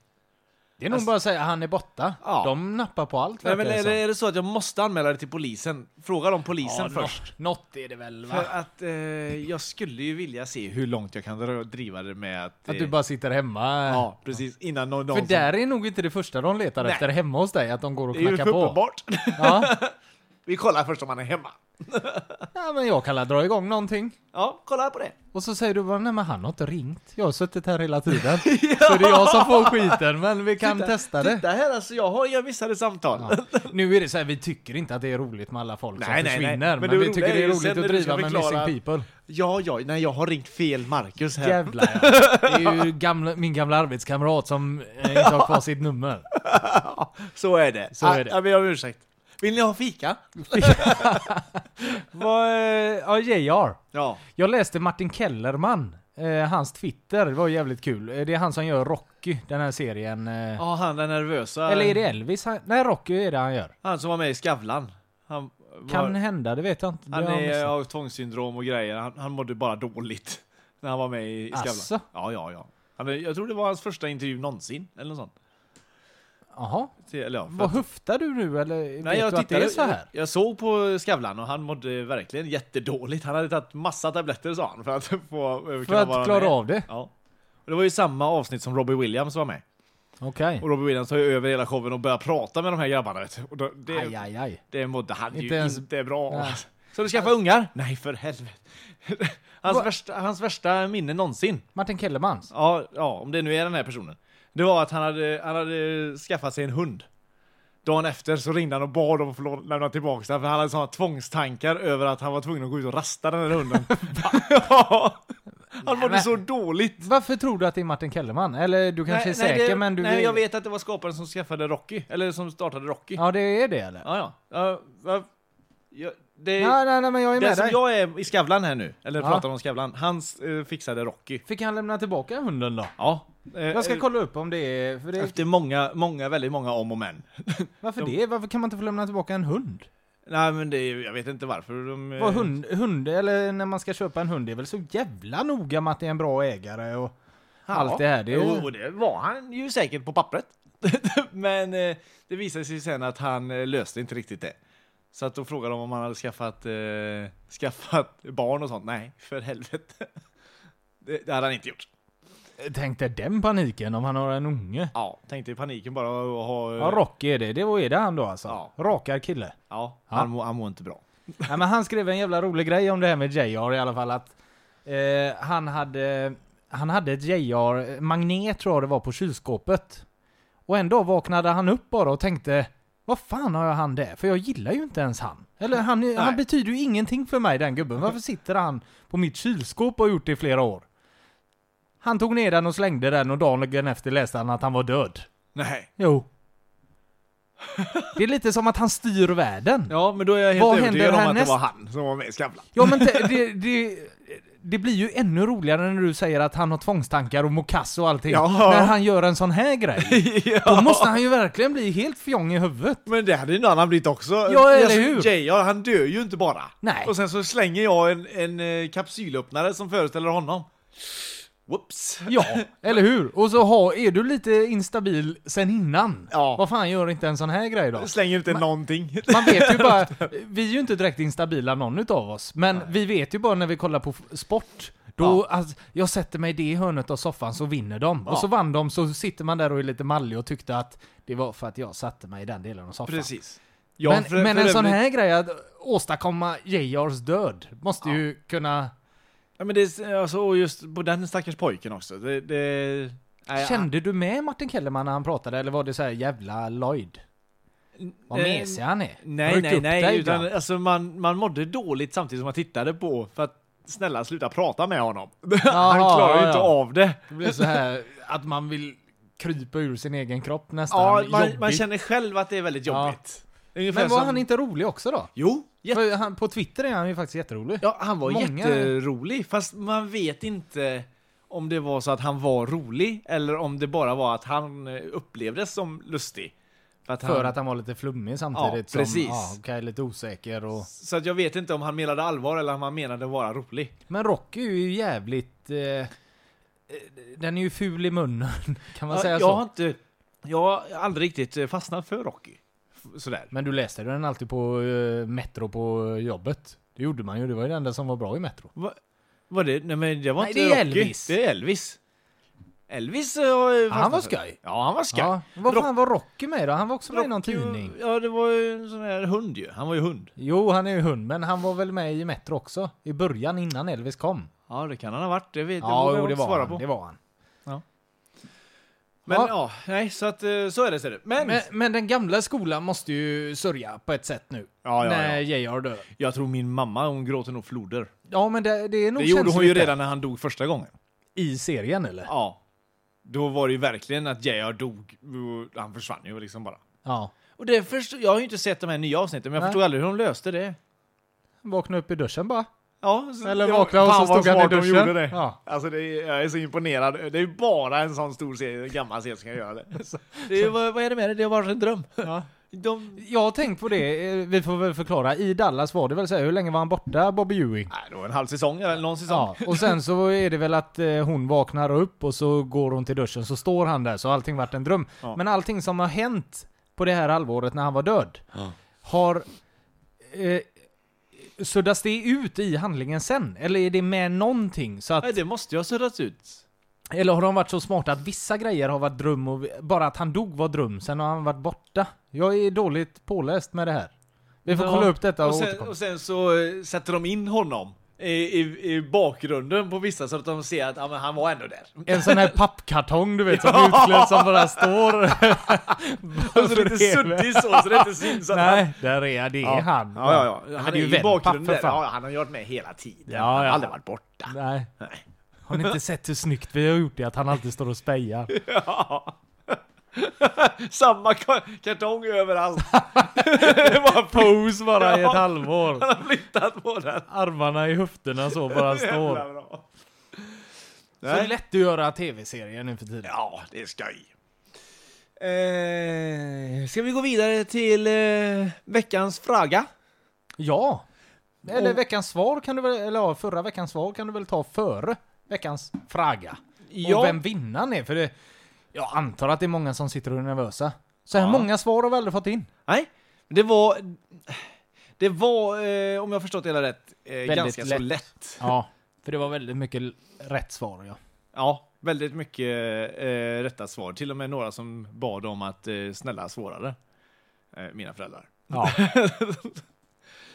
Det är nog bara att säga han är borta. De nappar på allt Nej, men verkar det är, som. det, är det så att jag måste anmäla det till polisen? Fråga dem polisen Ja, nå- först. Något är det väl va? För att eh, jag skulle ju vilja se hur långt jag kan dra- driva det med att... Att eh, du bara sitter hemma. Ja, precis. Innan någon... någon För som- där är nog inte det första de letar Nej. efter hemma hos dig, att de går och Det är ju knackar på. uppenbart. Ja. Vi kollar först om han är hemma. ja, men jag kan la dra igång någonting. Ja, kolla på det. Och så säger du bara, nej men han har inte ringt. Jag har suttit här hela tiden. Så det är jag som får skiten, men vi kan Titta- testa det. Titta här, alltså jag, har, jag missade samtal. Nu är det så här, vi tycker inte att det är roligt med alla folk som Nej, nej, nej. försvinner. Men Men, det vi roliga tycker är det är ju roligt sen när att du ska driva med förklara- Missing People. Ja, ja, nej jag har ringt fel Marcus här. Jävlar ja. Det är ju gamla, min gamla arbetskamrat som eh, inte har kvar sitt nummer. Så är det. Så är det. Ah, jag ber om ursäkt. Vill ni ha fika? Vad, eh, ja, JR. Ja. Jag läste Martin Kellerman, eh, hans Twitter, det var jävligt kul. Eh, Det är han som gör Rocky, den här serien. Eh. Ja, han den nervösa. Eller är det Elvis? Han, nej, Rocky är det han gör. Han som var med i Skavlan. Han var, Kan hända, det vet jag inte. Det han har jag är missat. av tvångssyndrom och grejer. Han, han mådde bara dåligt när han var med i, i Skavlan. Asså? Ja, ja, ja. Han, är- jag tror det var hans första intervju någonsin, eller något sånt. Jaha. Till- Eller ja, för Vad att- höftar du nu eller Nej, vet jag, du att det tittade, är så här? Jag, jag såg på Skavlan och han mådde verkligen jättedåligt. Han hade tagit massa tabletter sa han för att, få, kunna att vara klara med. av det? Ja. Och det var ju samma avsnitt som Robbie Williams var med. Okej. Och Robbie Williams tar ju över hela showen och börjar prata med de här grabbarna vet du. Och då, det, Aj, aj, aj. det mådde han Inte ju ens- inte bra Nej. Så du skaffar ungar? Nej för helvete. Hans, värsta, hans värsta minne någonsin. Martin Kellermans? Ja, ja, om det nu är den här personen. Det var att han hade, han hade skaffat sig en hund. Dagen efter så ringde han och bad dem att få lå- lämna tillbaka den för han hade sådana tvångstankar över att han var tvungen att gå ut och rasta den här hunden. ja. Han mådde men- så dåligt. Varför tror du att det är Martin Kellerman? Eller du kanske är säker det, men du... Nej, jag vet att det var skaparen som skaffade Rocky, eller som startade Rocky. Ja, det är det eller? Ja, ja. Ja, va- ja, det, Nej, nej, nej, men jag är den med som dig. jag är i Skavlan här nu, eller Ja. pratar om Skavlan, han eh, fixade Rocky. Fick han lämna tillbaka hunden då? Ja. Eh, Jag ska kolla upp om det är... För det är Efter många, många, väldigt många om och men. varför det? Varför kan man inte få lämna tillbaka en hund? Nej men det, är ju- jag vet inte varför de... eh, Vad hund, hund, eller när man ska köpa en hund, det är väl så jävla noga med att det är en bra ägare och Ja. allt det här. Det är ju... Jo, det var han ju säkert på pappret. men eh, det visade sig sen att han eh, löste inte riktigt det. Så att då frågade de om han hade skaffat, eh, skaffat barn och sånt. Nej, för helvete. Det, det hade han inte gjort. Tänk dig den paniken om han har en unge. Ja, tänkte i paniken bara att ha... eh, Ja, Rocky är det. Det var- är det han då alltså. Rakar kille. Ja, Ja. Han, mår, han mår inte bra. Nej, men han skrev en jävla rolig grej om det här med JR i alla fall att eh, han hade han hade ett JR-magnet tror jag det var på kylskåpet. Och en dag vaknade han upp bara och tänkte vad fan har jag han där? För jag gillar ju inte ens han. Eller han, är- han betyder ju ingenting för mig den gubben. Varför sitter han på mitt kylskåp och har gjort det i flera år? Han tog ner den och slängde den och dagen efter läste han att han var död. Nej. Jo. Det är lite som att han styr världen. Ja, men då är jag helt Vad övertygad händer om att det härnäst? var han som var med i Skavlan. Ja men te- det, det, det blir ju ännu roligare när du säger att han har tvångstankar och mokasso och allting. Ja. När han gör en sån här grej. Då måste han ju verkligen bli helt fjong i huvudet. Men det hade ju någon annan blivit också. Ja, eller hur? JR, han dör ju inte bara. Nej. Och sen så slänger jag en, en eh, kapsylöppnare som föreställer honom. Whoops. Ja, eller hur? Och så har, är du lite instabil sen innan. Ja. Vad fan gör inte en sån här grej då? Jag slänger inte någonting. Man vet ju bara, vi är ju inte direkt instabila någon utav oss, men vi vet ju bara när vi kollar på f- sport. Då, alltså, jag sätter mig i det hörnet av soffan så vinner de. Ja. Och så vann de, så sitter man där och är lite mallig och tyckte att det var för att jag satte mig i den delen av soffan. Precis. Ja, men för- men för en sån övrigt- här grej, att åstadkomma JRs död, måste ju kunna... Ja, men det, är- alltså, och just på den stackars pojken också. Det, det, nej, Kände du med Martin Kellerman när han pratade, eller var det så här jävla Lloyd? Vad Eh, mesig han är. Nej, Ryck nej, upp dig nej. Utan, ibland. alltså, man, man mådde dåligt samtidigt som man tittade på för att snälla sluta prata med honom. Jaha, han klarar ju ja, inte ja. av det. Det blir så här att man vill krypa ur sin egen kropp nästan. Ja, man, Jobbigt. man känner själv att det är väldigt Ja. jobbigt. Ungefär Men var som- han inte rolig också då? Jo, För han, på Twitter är han ju faktiskt jätterolig. Ja, han var Många- jätterolig, fast man vet inte om det var så att han var rolig eller om det bara var att han eh, upplevdes som lustig. För För att För han- att han var lite flummig samtidigt. som, precis. Ja, okej, lite osäker och... Så att jag vet inte om han menade allvar eller om han menade vara rolig. Men Rocky är ju jävligt... Eh, den är ju ful i munnen, kan man Ja, säga jag så? Har inte, jag har aldrig riktigt eh, fastnat för Rocky. F- Sådär. Men du läste den alltid på eh, Metro på eh, jobbet. Det gjorde man ju, det var ju den enda som var bra i Metro. Va, var det? Nej men det var Nej, inte det är Rocky. Elvis. Det är Elvis. Elvis eh, har jag Ja, han var fastnat för. skoj. Ja, han var skoj. Alltså. Ja, vad fan var Rocky med då? Han var också med i någon tidning. Ja, det var ju en sån här hund ju. Han var ju hund. Jo, han är ju hund, men han var väl med i Metro också? I början, innan Elvis kom. Ja, det kan han ha varit. Det vet Ja, det vågar jo, jag det inte var svara han, på. det var han. Ja. Men ja. Ja. nej, så att eh, så är det. Så är det. Men, Men, men den gamla skolan måste ju sörja på ett sätt nu. ja, ja. När JR dör. jag tror min mamma, hon gråter nog floder. Ja, men det, det är nog Det gjorde hon ju känsligt där. redan när han dog första gången. I serien eller? Ja. Då var det ju verkligen att JR dog. och Han försvann ju liksom bara. Ja. Och det förstår, jag har ju inte sett de här nya avsnitten, men jag Nej. förstod aldrig hur de löste det. Vakna upp i duschen bara. Ja, Eller vakna och så stod han i duschen. Ja. Alltså det är, jag är så imponerad. Det är ju bara en sån stor serie, en gammal serie som kan göra det. Så, det är, vad, vad är det med det? Det har varit en dröm. De, Jag har tänkt på det, eh, vi får väl förklara. I Dallas var det väl så här, hur länge var han borta, Bobby Ewing? nej, det var en halv säsong eller någon säsong. Ja, och sen så är det väl att eh, hon vaknar upp och så går hon till duschen så står han där så har allting varit en dröm. Ja. Men allting som har hänt på det här halvåret när han var död har eh, suddas det ut i handlingen sen? Eller är det med någonting? Så att, Nej, det måste ju ha suddats ut. eller har de varit så smarta att vissa grejer har varit dröm och bara att han dog var dröm, sen har han varit borta? Jag är dåligt påläst med det här. Vi får Ja. kolla upp detta och, och sen, återkomma. och sen så eh, sätter de in honom i, i, i bakgrunden på vissa så att de ser att ja, men han var ändå där. Alltså, En sån här pappkartong du vet, som är utklädd som bara står... Och så lite suddig så, så det inte syns att Nej, han- där är det Ja. är han. Ja, ja, ja. Han är ju i Wellpapp bakgrunden för där. Ja, fan. han har ju varit med hela tiden. Ja, Han har ja. aldrig varit borta. Nej. Nej. Har ni inte sett hur snyggt vi har gjort det? Att han alltid står och spejar. Ja. Samma ka- kartong överallt. det var Pose bara i ett Ja. halvår. Han har flyttat på den. Armarna i höfterna så bara Jävla står. bra. Så Nej. lätt att göra tv-serier nu för tiden. Ja, det är skoj. Eh, ska vi gå vidare till eh, veckans fråga? Ja! Eller Och- veckans svar kan du väl, eller ja, förra veckans svar kan du väl ta före veckans fraga. Ja. Och vem vinnaren är, för det, jag antar att det är många som sitter och är nervösa. Så här Ja. många svar har vi aldrig fått in. Nej, det var... Det var, eh, om jag förstått det hela rätt, eh, Väldigt ganska så lätt. lätt. Ja, för det var väldigt mycket l- rätt svar ja. Ja, väldigt mycket eh, rätta svar. Till och med några som bad om att eh, snälla svårare. Eh, mina föräldrar. Ja.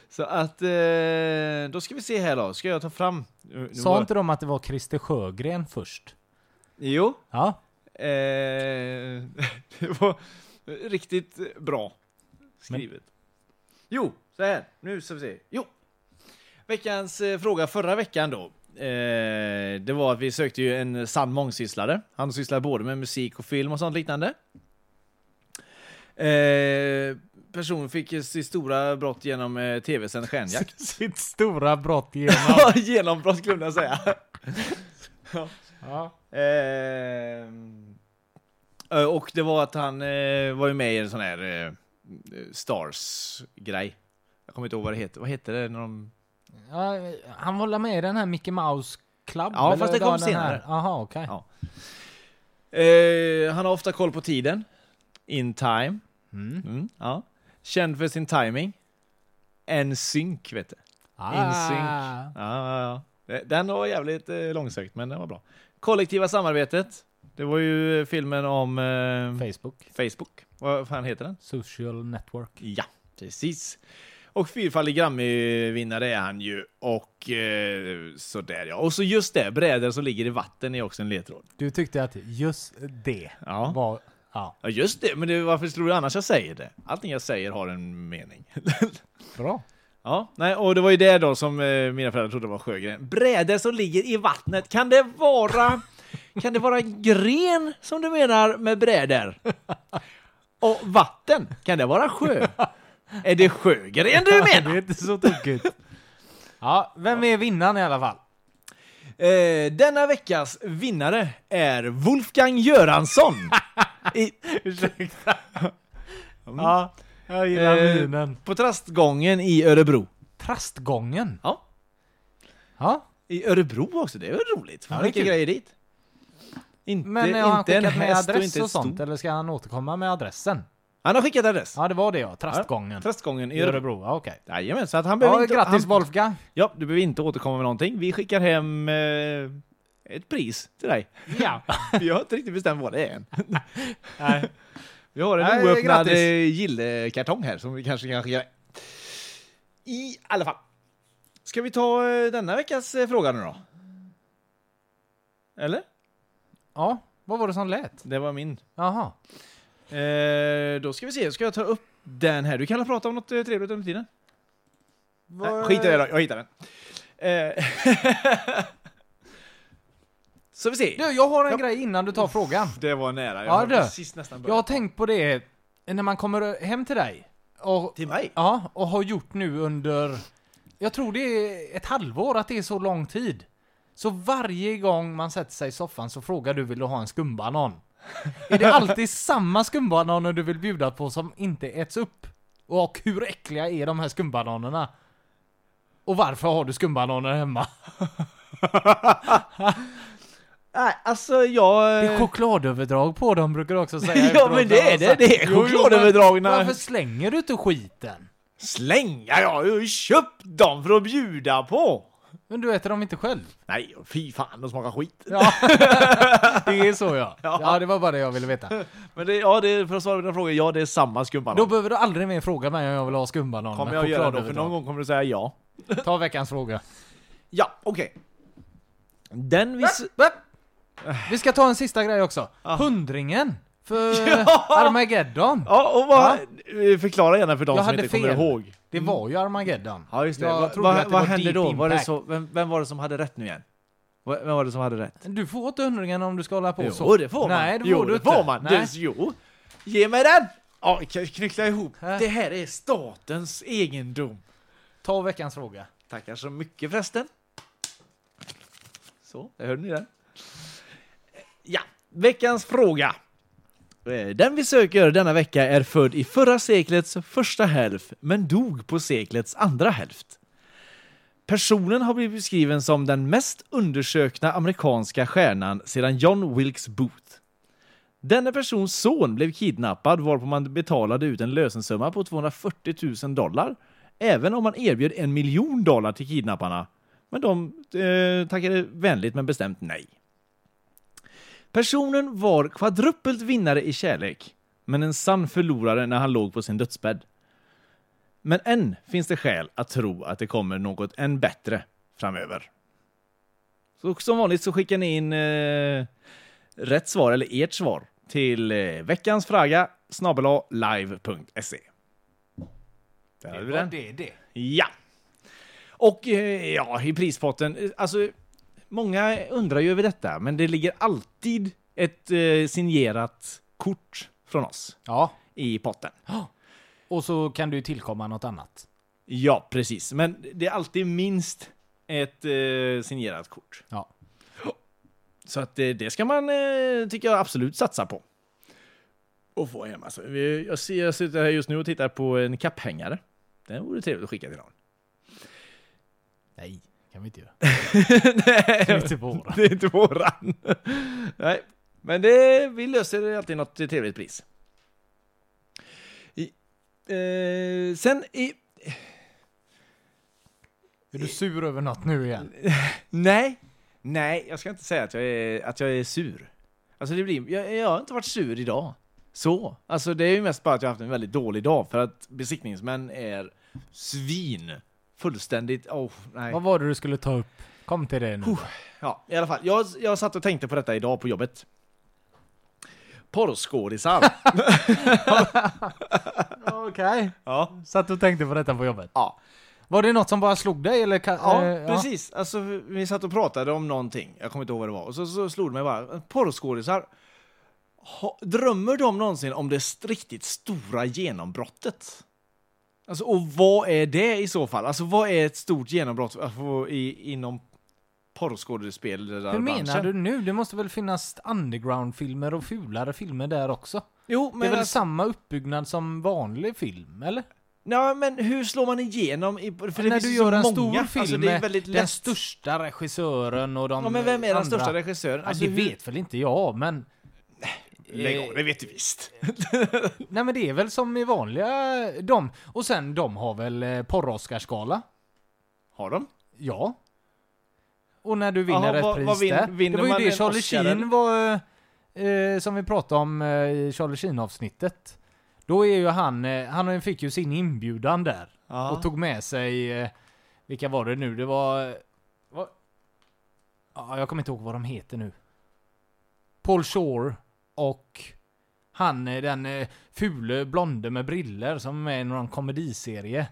Så att, eh, då ska vi se här då. Ska jag ta fram? eh, Nu- nu Sa var- inte de att det var Christer Sjögren först? Jo. Ja. Eh, det var riktigt bra skrivet. Jo, så här. Nu ska vi se. Jo. Veckans eh, fråga förra veckan då. Eh, det var att vi sökte ju en sann mångsysslare. Han sysslar både med musik och film och sånt liknande. Eh, personen fick eh, sitt stora brott genom eh, tv-sänd stjärnjakt. Sitt stora brott genom... Ja, genombrott glömde jag säga. ja. Ehm, eh, och det var att han eh, var ju med i en sån här eh, Stars-grej. Jag kommer inte ihåg vad det heter. Vad heter det när de... Ja, han var väl med i den här Mickey Mouse Club? Ja, eller fast det var kom den här- senare. Jaha, okej. Ja. Eh, han har ofta koll på tiden. In time. Mm. Mm, ja. Känd för sin timing. En synk, vet du. In sync. Ah. Ja, ja, ja. Den var jävligt eh, långsökt, men den var bra. Kollektiva samarbetet. Det var ju eh, filmen om eh, Facebook. Facebook. Vad fan heter den? Social Network. Ja, precis. Och fyrfaldig Grammy-vinnare är han ju. Och eh, sådär ja. Och så just det, brädor som ligger i vatten är också en ledtråd. Du tyckte att just det Ja. var... Ja, Ja just det, men det, varför tror du annars jag säger det? Allting jag säger har en mening. bra. ja, nej, och det var ju det då som eh, mina föräldrar trodde var Sjögren. Brädor som ligger i vattnet, kan det vara... Kan det vara en gren som du menar med brädor? Och vatten, kan det vara sjö? Är det sjögren du menar? Det är inte så tokigt. ja, vem är vinnaren i alla fall? Eh, denna veckas vinnare är Wolfgang Göransson. I, Mm. Ja. Jag gillar Eh, minen. På trastgången i Örebro. Trastgången? Ja. Ja. I Örebro också, det är väl roligt? Fan, Ja, det är vilka kul. grejer dit. Inte, Men eh, har han inte en skickat med häst och adress inte och, ett sånt? stort. Eller ska han återkomma med adressen? Han har skickat adress. Ja, det var det ja. Trastgången. Trastgången i I Örebro. Örebro, ja, okej. Jajamän, så att han behöver Ja, inte... grattis han, Wolfgang! Ja, du behöver inte återkomma med någonting. Vi skickar hem eh, ett pris till dig. Ja. Vi har inte riktigt bestämt vad det är än. Nej. Vi har en Nej, oöppnad grattis. eh, gillekartong här som vi kanske kan skicka dig. I alla fall. Ska vi ta eh, denna veckas eh, fråga nu då? Eller? Ja, vad var det som lät? Det var min. Jaha. Eh, då ska vi se, ska jag ta upp den här? Du kan väl prata om något eh, trevligt under tiden? Nej, skit i det då, jag hittar den. Eh, Så vi ser. Du, jag har en grej innan du tar frågan. Det var nära, jag Ja, har du. precis nästan Jag har börjat. tänkt på det när man kommer hem till dig. Och, till mig? Ja, och har gjort nu under... Jag tror det är ett halvår att det är så lång tid. Så varje gång man sätter sig i soffan så frågar du vill du ha en skumbanan? Är det alltid samma skumbananer du vill bjuda på som inte äts upp? Och hur äckliga är de här skumbananerna? Och varför har du skumbananer hemma? Nej, alltså jag... Det är chokladöverdrag på dem brukar du också säga. Ja, efteråt. alltså. men det är det. Det är Jo, jo, men chokladöverdragna. Varför slänger du inte skiten? Slänga? Jag har ju köpt dem för att bjuda på! Men du äter dem inte själv? Nej, fy fan, de smakar skit. Ja. det är så ja. ja. det var bara det jag ville veta. Men det, ja, det, är- för att svara på den frågan, ja det är samma skumbanan. Då behöver du aldrig mer fråga mig om jag vill ha skumbanan kommer med jag göra det, för någon chokladöverdrag. gång kommer du säga ja. Ta veckans fråga. Ja, okej. Den vi... s- Äh. Vi ska ta en sista grej också. Hundringen! För Armageddon. Ah. Ja, och vad... Eh, Förklara gärna för de som Jag hade inte kommer fel. ihåg. Det var ju Armageddon. Ja, just det. Jag Vad- trodde vad att det vad var hände Deep då? Var det Impact. så, vem, vem var det som hade rätt nu igen? Va- Vem var det som hade rätt? Du får inte hundringen om du ska hålla på Jo, så. det får man. Nej, det jo, får du det inte. får man. Nej. Det, jo. Ge mig den! Ja, vi kan knyckla ihop. Det här är statens egendom. Ta veckans fråga. Tackar så mycket förresten. Så, där hörde ni den. Ja, veckans fråga. Eh, Den vi söker denna vecka är född i förra seklets första hälft men dog på seklets andra hälft. Personen har blivit beskriven som den mest undersökna amerikanska stjärnan sedan John Wilkes Booth. Denne persons son blev kidnappad varpå man betalade ut en lösensumma på 240 000 dollar även om man erbjöd en miljon dollar till kidnapparna. Men de eh, tackade vänligt men bestämt nej. Personen var kvadruppelt vinnare i kärlek, men en sann förlorare när han låg på sin dödsbädd. Men än finns det skäl att tro att det kommer något än bättre framöver. Så som vanligt så skickar ni in eh, rätt svar, eller ert svar, till eh, veckans fraga snabel-a live.se. Där har vi Ja, den. det är det. Ja. Och eh, ja, i prispotten, eh, alltså många undrar ju över detta, men det ligger alltid ett eh, signerat kort från oss Ja. i potten. Och så kan du ju tillkomma något annat. Ja, precis. Men det är alltid minst ett eh, signerat kort. Ja. Så att eh, det ska man, eh, tycker jag, absolut satsa på. Och få hem alltså. Vi- Jag, ser, jag sitter här just nu och tittar på en kapphängare. Den vore trevligt att skicka till någon. Nej, kan vi inte göra. Nej, Det är inte våran. Det är inte våran. Nej, men det, vi löser alltid något trevligt pris. I, eh, sen i... Är du sur över något nu igen? Nej, nej, jag ska inte säga att jag är, att jag är sur. Alltså det blir, jag, jag har inte varit sur idag. Så. Alltså det är ju mest bara att jag har haft en väldigt dålig dag för att besiktningsmän är svin. Fullständigt, oh, nej. Vad var det du skulle ta upp? Kom till det nu. Ja, i alla fall. Jag, jag satt och tänkte på detta idag på jobbet. Porrskådisar. Okej. ja. Satt och tänkte på detta på jobbet? Ja. Var det något som bara slog dig eller? ka- Ja, eh, precis. Alltså, vi satt och pratade om någonting. Jag kommer inte ihåg vad det var. Och så, så slog det mig bara, porrskådisar. ha- Drömmer de någonsin om det st- riktigt stora genombrottet? Alltså, och vad är det i så fall? Alltså, vad är ett stort genombrott att få i, inom porrskådespelarbranschen? Hur menar du nu? Det måste väl finnas underground-filmer och fulare filmer där också? Jo, det är men väl alltså- samma uppbyggnad som vanlig film, eller? Nej, men hur slår man igenom? I, för det När finns du ju gör så en många. stor film alltså, det är med väldigt den lätt. största regissören och de Ja, men vem är den andra- största regissören? Ja, Alltså, det hur- vet väl inte jag, men... Lägg av, Eh, det vet du visst. Nej men det är väl som i vanliga de. Och sen de har väl eh, porr-Oscarsgala? Har de? Ja. Och när du vinner Jaha, ett vad- pris vad vin- där. vinner det var man ju det en Charlie Oscar, eller? Sheen var... eh, Eh, som vi pratade om eh, i Charlie Sheen avsnittet. Då är ju han, eh, han fick ju sin inbjudan där. Ja. Och tog med sig, eh, vilka var det nu? Det var... eh, vad- Ja, jag kommer inte ihåg vad de heter nu. Paul Shore och han eh, den eh, fule blonde med briller som är med i någon komediserie.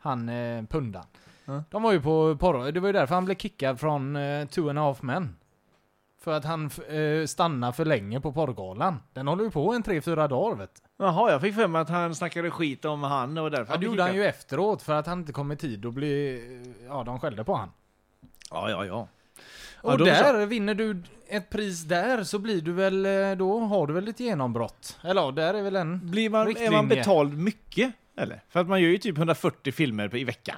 Han eh, pundan. Ja. De var ju på porr. Det var ju därför han blev kickad från eh, Two and a half men. För att han f- eh, stannade för länge på porrgalan. Den håller ju på en tre fyra dagar vet du. Jaha, jag fick för mig att han snackade skit om han och därför Ja, det blev gjorde han kickad. ju efteråt för att han inte kom i tid och blev... eh, Ja, de skällde på han. Ja, ja, ja. Och Ja, då där, så. vinner du ett pris där så blir du väl, eh, då har du väl ett genombrott. Eller ja, där är väl en Blir man, är riktlinje. man betald mycket? Eller? För att man gör ju typ 140 filmer på- i veckan.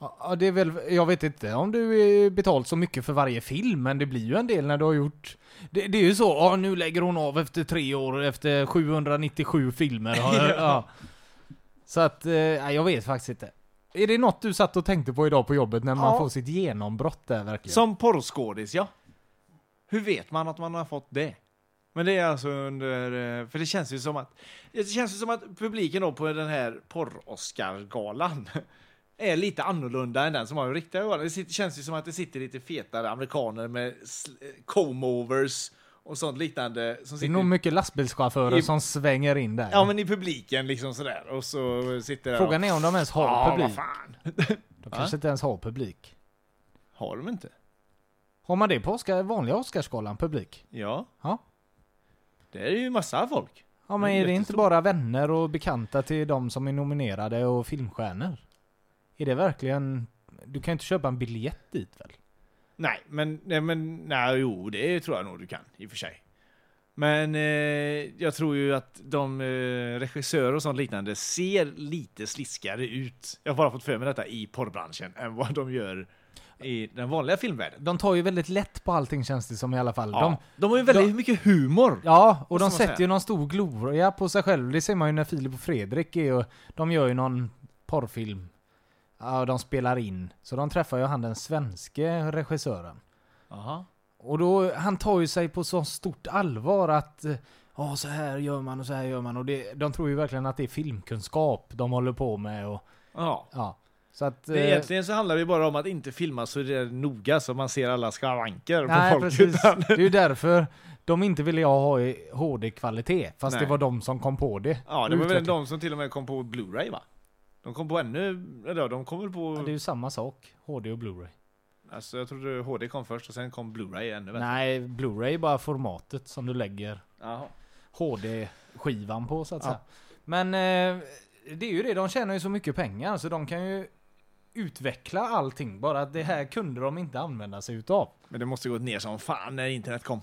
Ja, det är väl, jag vet inte om du är betalt så mycket för varje film, men det blir ju en del när du har gjort... Det, det är ju så, ja nu lägger hon av efter tre år, efter 797 filmer. Ja. ja. Så att, eh, ja, jag vet faktiskt inte. Är det något du satt och tänkte på idag på jobbet när man Ja. får sitt genombrott där verkligen? Som porrskådis, ja. Hur vet man att man har fått det? Men det är alltså under... eh, För det känns ju som att... Det känns ju som att publiken då på den här porr-Oscar-galan är lite annorlunda än den som har en riktiga galan. Det sitter- känns ju som att det sitter lite fetare amerikaner med sl- eh, comb-overs och sånt liknande. Som det är sitter nog mycket lastbilschaufförer I- som svänger in där. Ja men i publiken liksom sådär och så sitter där Frågan och... är om de ens har ja, publik. Vad fan. De kanske inte ens har publik. Har de inte? Har man det på Oscar, vanliga Oscarsgalan, publik? Ja. Ja. Det är ju massa folk. Ja men Det är är det inte bara vänner och bekanta till de som är nominerade och filmstjärnor? Är det verkligen... Du kan ju inte köpa en biljett dit väl? Nej, men, nej, men nej, jo, det tror jag nog du kan i och för sig. Men eh, jag tror ju att de eh, regissörer och sånt liknande ser lite sliskare ut. Jag har bara fått för mig detta i porrbranschen än vad de gör i den vanliga filmvärlden. De tar ju väldigt lätt på allting känns det som i alla fall. Ja, de, de har ju väldigt mycket humor. Ja, och Måste de man sätter säga. ju någon stor gloria på sig själv. Det ser man ju när Filip och Fredrik är och de gör ju någon porrfilm. Ja, de spelar in. Så de träffar ju han den svenske regissören. Aha. Och då, han tar ju sig på så stort allvar att eh, Ja, så här gör man och så här gör man. Och det, de tror ju verkligen att det är filmkunskap de håller på med och... Ja. Ja. Så att... Det, eh, egentligen så handlar det ju bara om att inte filma så det är noga så man ser alla skavanker Nej, på folk. precis. utan- Det är ju därför de inte ville jag ha i HD-kvalitet. Fast Nej. det var de som kom på det. Ja, och det var väl utvecklade. de som till och med kom på Blu-ray va? De kom på ännu... Eller ja, de kom väl på... Ja, det är ju samma sak. HD och Blu-ray. Alltså jag trodde HD kom först och sen kom Blu-ray ännu bättre. Nej, Blu-ray är bara formatet som du lägger Jaha. HD-skivan på så att Ja. säga. Men eh, det är ju det, de tjänar ju så mycket pengar så de kan ju utveckla allting. Bara att det här kunde de inte använda sig utav. Men det måste gått ner som fan när internet kom.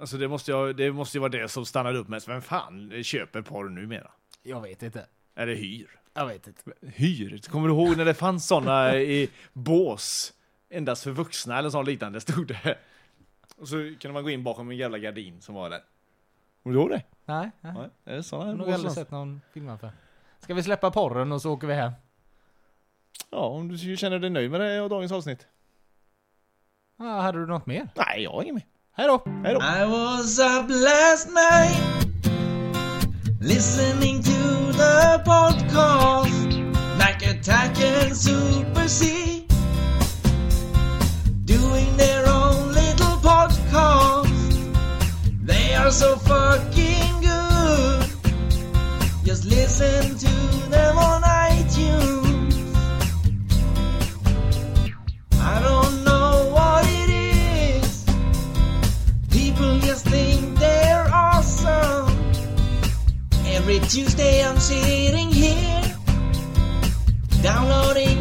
Alltså det måste, jag, det måste ju vara det som stannade upp mest. Vem fan köper porr numera? Jag vet inte. Eller hyr? Jag vet inte. Hyr? Kommer du ihåg när det fanns såna i bås? Endast för vuxna eller sånt liknande stod det. Och så kunde man gå in bakom en jävla gardin som var där. Kommer du ihåg det? Nej, nej. Nej, är det jag har sådana nog aldrig sett någon film för. Ska vi släppa porren och så åker vi hem? Ja, om du känner dig nöjd med det och dagens avsnitt. Ja, hade du något mer? Nej, jag har inget mer. Hej då! Hej då! I was up last night listening to the podcast like Attack and Super C doing their own little podcast. They are so fucking good. Just listen to them on iTunes. I don't know what it is. People just think they're awesome. Every Tuesday I'm sitting here, downloading